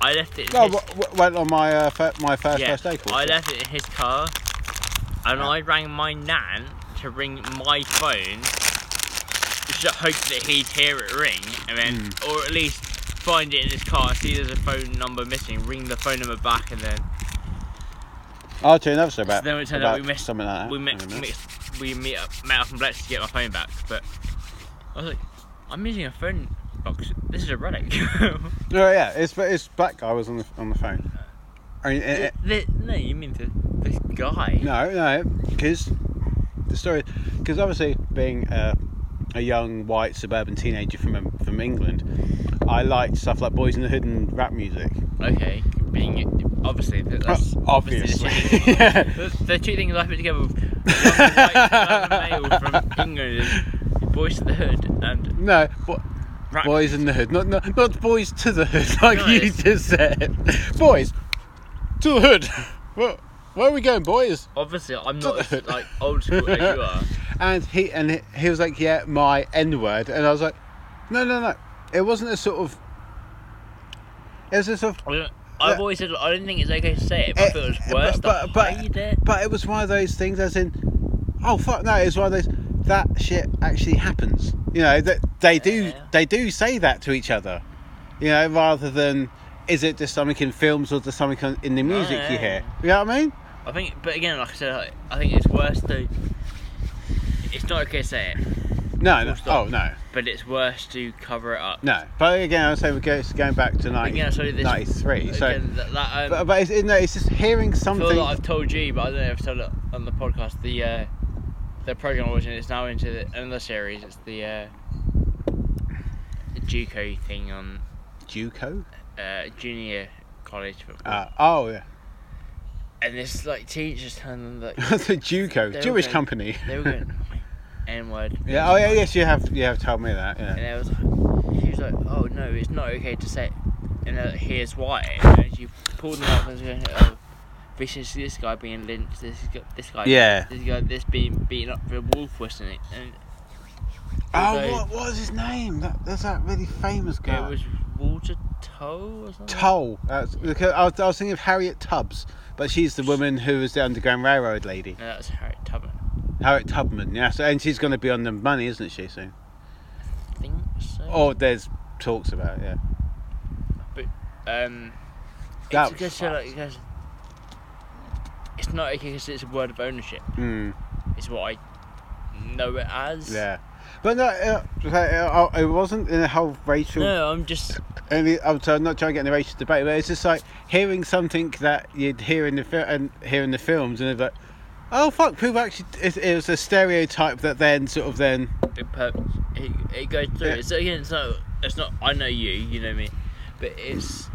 E: I left it. In
A: no,
E: his,
A: w- w- went on my uh, fir- my first
E: yeah,
A: first day course.
E: I left it in his car, and I rang my nan to ring my phone, just hope that he'd hear it ring, and then, or at least find it in his car. See, there's a phone number missing. Ring the phone number back, and then
A: I'll do another show about.
E: So then it turned
A: about
E: out we missed
A: something like that.
E: We
A: in a
E: met,
A: minute.
E: mixed, we meet up, met up and Blex to get my phone back, but I was like, I'm using a phone box. This is a relic.
A: No, yeah, it's it's black guy was on the on the phone. I mean, eh, eh,
E: The- no, you mean to this guy?
A: no, no, because the story, because obviously being a, a young white suburban teenager from um, from England, I liked stuff like Boys in the Hood and rap music.
E: Okay, being obviously that- that's
A: Oh, obviously.
E: obviously
A: Yeah.
E: the, two- the two things I put together. With young white suburban male from England, is voice of the hood, and
A: No, but
E: Rap
A: boys in the hood, not not, not boys to the hood, like
E: No,
A: you
E: it's-
A: just said. Boys to the hood. Where, where are we going, boys?
E: obviously I'm not as like old school as you are.
A: And he and he- he was like, yeah, my N word, and I was like, no, no, no. It wasn't a sort of. It was a sort of.
E: I don't- I've
A: Yeah.
E: always said I don't think it's okay to say it, but I
A: eh,
E: feel it's
A: eh,
E: worse
A: but,
E: to
A: but,
E: hide it.
A: but, but it was one of those things, as in, oh fuck no, it's one of those that shit actually happens. You know that they do
E: Yeah.
A: they do say that to each other. You know, rather than is it just something in films or just something on- in the music you
E: Oh, yeah,
A: hear? You know what I mean?
E: I think, but again, like I said, I, I think it's worse to. It's not okay to say it,
A: No, no,
E: Full stop.
A: oh no,
E: but it's worse to cover it up.
A: no. But again, I would say we're go- it's going back to
E: Again, I told you this.
A: 1993. So.
E: again, that, that, um,
A: But, but it's, it- no, it's just hearing
E: I
A: something.
E: feel like I've told you, but I don't know if I've told it on the podcast. The uh, the program I was in is now into the, another series. It's the uh, the JUCO thing on
A: JUCO.
E: uh, junior college football,
A: Uh, oh yeah,
E: and this like teachers telling them that
A: that's a JUCO,
E: They were
A: Jewish
E: going-
A: company.
E: they were going N word.
A: Yeah. Oh yeah. Yes, you have. You have told me that. Yeah.
E: And I was like, she was like, oh no, it's not okay to say. And uh, here's why. And she pulled them up and was going, oh, this is this guy being lynched. This is go- this guy.
A: Yeah.
E: This guy. This being beaten up for wolf whistle. And, and
A: Oh,
E: although
A: what, what was his name? That, there's that really famous guy.
E: it was Walter Toe or something?
A: Toll. That's, look, I was, I was thinking of Harriet Tubbs, but she's the woman who was the Underground Railroad lady.
E: No, that's Harriet Tubman.
A: Harriet Tubman, yeah. So, and she's going to be on the money, isn't she, soon?
E: I think so.
A: Or there's talks about it, yeah.
E: Um,
A: That
E: it's
A: was
E: just so like it goes- it's not because it's a word of ownership.
A: Mm,
E: It's what I know it as.
A: yeah. But no, uh, uh, it wasn't in a whole racial
E: No, I'm just
A: and it- I'm, so I'm not trying to get in the racist debate, but it's just like hearing something that you'd hear in the film and hear in the films, and it's like, oh fuck, people actually it, it was a stereotype that then sort of then
E: it, per- it, it goes through.
A: Yeah.
E: It's again, it's not. It's not. I know you. You know me. But it's.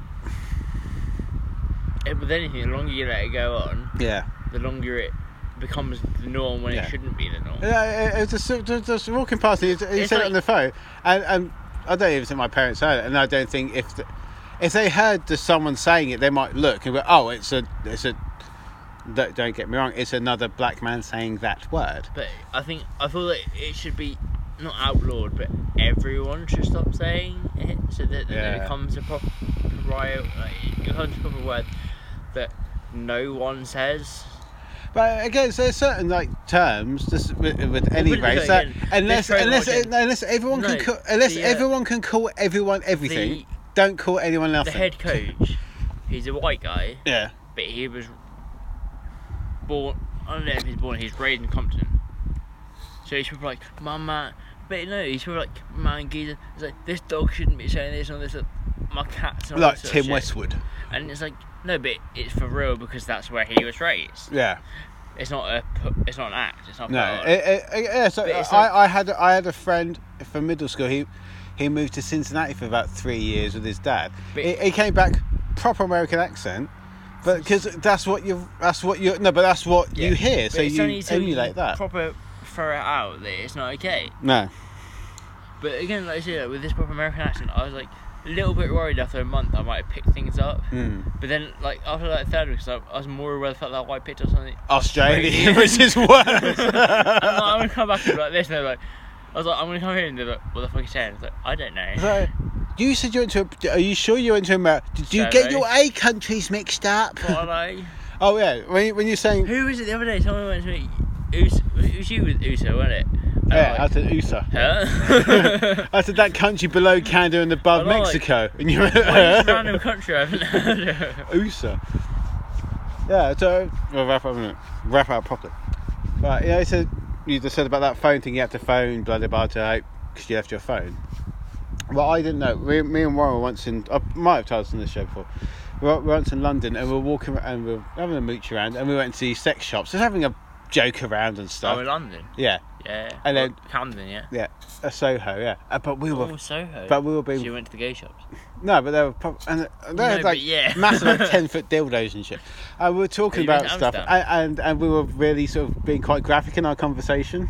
E: It, with anything, the longer you let it go on,
A: yeah.
E: the longer it becomes the norm when
A: Yeah.
E: it shouldn't be the norm.
A: Yeah, it, it was just, sort of- just walking past me. You said
E: It's
A: it on
E: like-
A: the phone, and, and I don't even think my parents heard it, and I don't think if the, if they heard the, someone saying it, they might look and go, "Oh, it's a it's a." Don't don't get me wrong, it's another black man saying that word.
E: But I think I feel like it should be not outlawed, but everyone should stop saying it, so that, that
A: Yeah.
E: it becomes a proper riot, like, it becomes a proper word that no one says.
A: But again, so there's certain like terms just with, with any
E: put it this
A: race
E: way
A: that
E: again,
A: unless
E: this
A: unless
E: promotion-
A: unless everyone can
E: No,
A: call, unless
E: the, uh,
A: everyone can call everyone everything,
E: the-
A: don't call anyone else.
E: The head coach, he's a white guy,
A: Yeah.
E: but he was born. I don't know if he's born. He's raised in Compton, so he's probably like, "Mama," but no, he's probably like, "Man, geezer." He's like, "This dog shouldn't be saying this and all this." Like, my cat's and all
A: Like
E: this sort of
A: Tim
E: shit."
A: Westwood.
E: And it's like, no, but it's for real because that's where he was raised.
A: Yeah.
E: It's not a, pu- it's not an act. It's not.
A: No.
E: part of-
A: it- it- it- yeah. So
E: But it's
A: I,
E: like-
A: I had I had a friend from middle school. He he moved to Cincinnati for about three years with his dad.
E: But-
A: he, he came back proper American accent, but because that's what you that's what you no, but that's what
E: Yeah.
A: you hear. So
E: But it's
A: you
E: only till
A: emulate
E: you
A: that.
E: Proper throw it out that it's not okay.
A: no.
E: But again, like I say, like, with this proper American accent, I was like a little bit worried after a month I might have picked things up.
A: Mm.
E: But then, like after like third week, so I was more aware of the fact that I picked up something.
A: Australia, which is worse.
E: I'm, like, I'm gonna come back and be like this, and they're like, I was like, I'm gonna come here, and they're like, what the fuck are you saying? I was like, I don't know.
A: So, you said you're into. Are you sure you're into America? Did you get
E: Survey.
A: your A countries mixed up?
E: What are they?
A: oh yeah. When, you- when you're saying
E: Who was it the other day? Someone went to me. Us- It was you with Uso, wasn't it? And
A: yeah,
E: I'm
A: I said USA.
E: like, huh?
A: I said that country below Canada and above
E: I like-
A: Mexico, and you were
E: What is this random country I haven't heard of?
A: USA. Yeah. So we'll wrap up. in a minute. Wrap up properly. Right. Yeah. So you just said about that phone thing. You had to phone blah blah blah to because you left your phone. Well, I didn't know. We, me and Warren were once in. I might have told us on this show before. We were we were once in London and we were walking ar- and we were having a mooch around and we went into these sex shops, just having a joke around and
E: Oh,
A: stuff.
E: in London.
A: yeah,
E: Yeah.
A: And then-
E: Well, Camden, yeah.
A: yeah, a Soho, yeah. Uh, but we were
E: Oh, Soho.
A: but we were being-
E: So you went to the gay shops.
A: no, but they were prob- and they had
E: but
A: like
E: yeah.
A: massive like ten foot dildos and shit. And we were talking
E: you went
A: about
E: to
A: stuff, and,
E: Amsterdam?
A: and and we were really sort of being quite graphic in our conversation,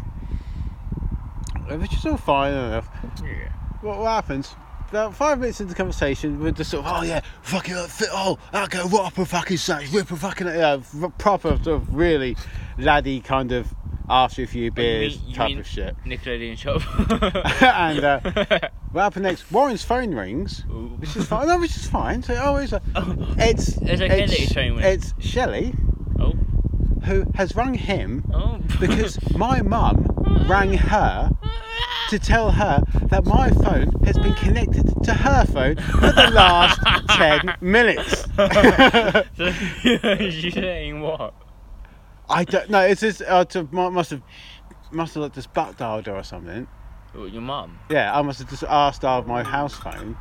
A: which is all fine enough.
E: Yeah.
A: What, what happens? About five minutes into the conversation, we're just sort of, oh yeah, fucking like, fit, oh, I go what up a fucking sack, rip a fucking, yeah, r- proper sort of really laddie kind of after a few beers
E: Oh, you
A: type
E: mean-
A: of shit.
E: Nickelodeon shop.
A: and uh, what happened next? Warren's phone rings.
E: Ooh.
A: Which is fine. No, which is fine. So, oh, it's, a,
E: Oh.
A: it's
E: It's okay that he's showing with.
A: It's Shelley
E: Oh.
A: who has rung him
E: Oh.
A: because my mum rang her to tell her that my phone has been connected to her phone for the last ten minutes.
E: so, you saying what?
A: I don't know. It's just uh, to, mu- must have must have like just butt dialed her or something.
E: Oh, your mum.
A: Yeah, I must have just asked her my house phone.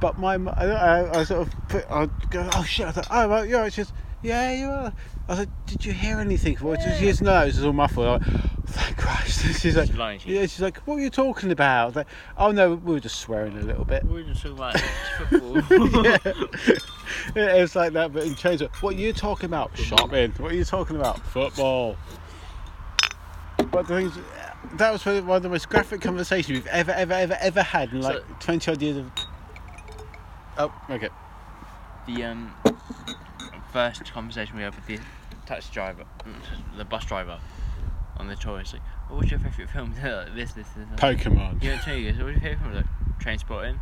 A: But my, mu- I, I, I sort of put, I go, oh shit, I thought, oh, well, you're right. She goes, yeah, you are. I said, did you hear anything? Well, she goes, no, it was all muffled. I'm like, oh, thank Christ. she's like,
E: lying to you.
A: yeah, she's like, what were you talking about? I was like, oh no, we were just swearing a little bit.
E: We're just talking about football.
A: yeah. It was like that, but in change, it, what are you talking about? Shopping. What are you talking about? Football. But the thing is, that was probably one of the most graphic conversations we've ever, ever, ever, ever had in like
E: So-
A: 20 odd years of. Oh, okay.
E: the um, first conversation we had with the taxi driver, mm, the bus driver, on the tour, it's like, oh, what's your favourite film? They're like, this, this, this. this.
A: Pokemon.
E: You know, tell you, so what's your favourite film? I was Like, Train Spotting.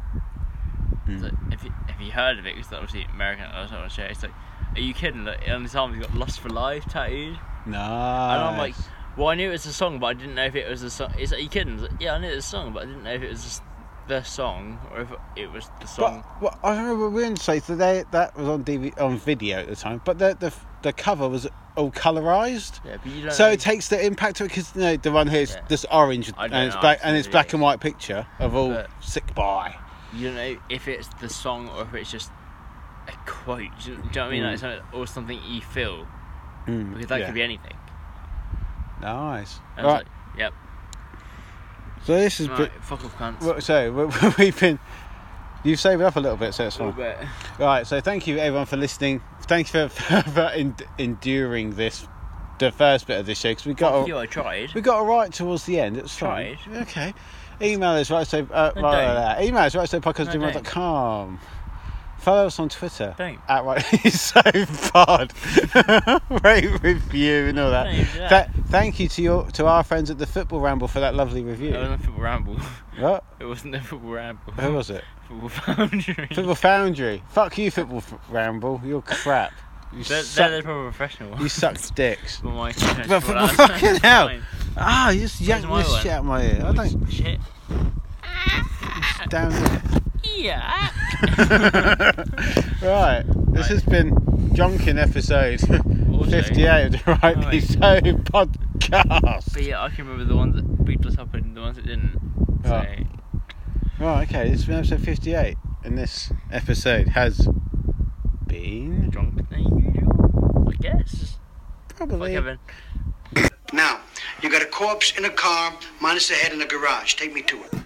E: It's like,
A: Hmm.
E: have, you, have you heard of it? Because obviously American Idol, that's what I want to share. It's like, are you kidding? Like, on his arm, he's got Lust for Life tattooed.
A: No.
E: And I'm like, well, I knew it was a song, but I didn't know if it was a song. It's like, are you kidding? It's like, yeah, I knew it was a song, but I didn't know if it was just the song or if it was the song.
A: But, well, I remember we didn't say so they, that was on DV, on video at the time, but the the, the cover was all colorized.
E: yeah, but you don't
A: So
E: know.
A: it takes the impact of it because you know, the one here is
E: Yeah.
A: just orange
E: I
A: and
E: don't
A: it's
E: know,
A: black and it's
E: absolutely,
A: black
E: yeah.
A: and white picture of all
E: But-
A: sick boy.
E: you don't know if it's the song or if it's just a quote. Do you, do you know what I mean? Like, something- or something you feel
A: Mm,
E: because that
A: yeah.
E: could be anything.
A: nice.
E: And I was
A: Right.
E: like, yep.
A: so this is.
E: Right, fuck off, cunts.
A: Well, so we- we've been. You've saved up a little bit, so it's
E: All
A: fine.
E: bit.
A: Right, so thank you everyone for listening. Thanks for, for, en- enduring this, the first bit of this show because we got
E: Fuck
A: a,
E: you, I tried.
A: we got a right towards the end. It's fine.
E: Tried.
A: Okay. Email us right so uh,
E: No,
A: right,
E: don't.
A: uh, email us right so
E: No, don't.
A: podcast@gmail.com. Follow us on Twitter
E: Don't.
A: at right so pod. Rate review and all that.
E: Don't do that.
A: Tha- thank you to your to our friends at the Football Ramble for that lovely review.
E: It wasn't a football ramble.
A: What?
E: It wasn't a football ramble.
A: Who was it?
E: Football Foundry.
A: Football Foundry. Fuck you, Football F- Ramble. You're crap. You
E: They're,
A: suck.
E: they're the proper professional.
A: You suck dicks.
E: For my
A: Well, for- fucking hell. Ah, you just yanked
E: my
A: this
E: one.
A: shit out of my ear. I don't.
E: Shit.
A: Down there.
E: Yeah.
A: right. This has been Jonkin episode 58 of the Rightly
E: Right.
A: So podcast.
E: But yeah, I can remember the ones that beat us up and the ones that didn't. So,
A: Right. Right, okay. This has been episode 58. And this episode has been.
E: drunk than usual, I guess. Fuck
A: Probably.
E: Kevin.
D: Now, you got a corpse in a car, minus a head in a garage. Take me to it.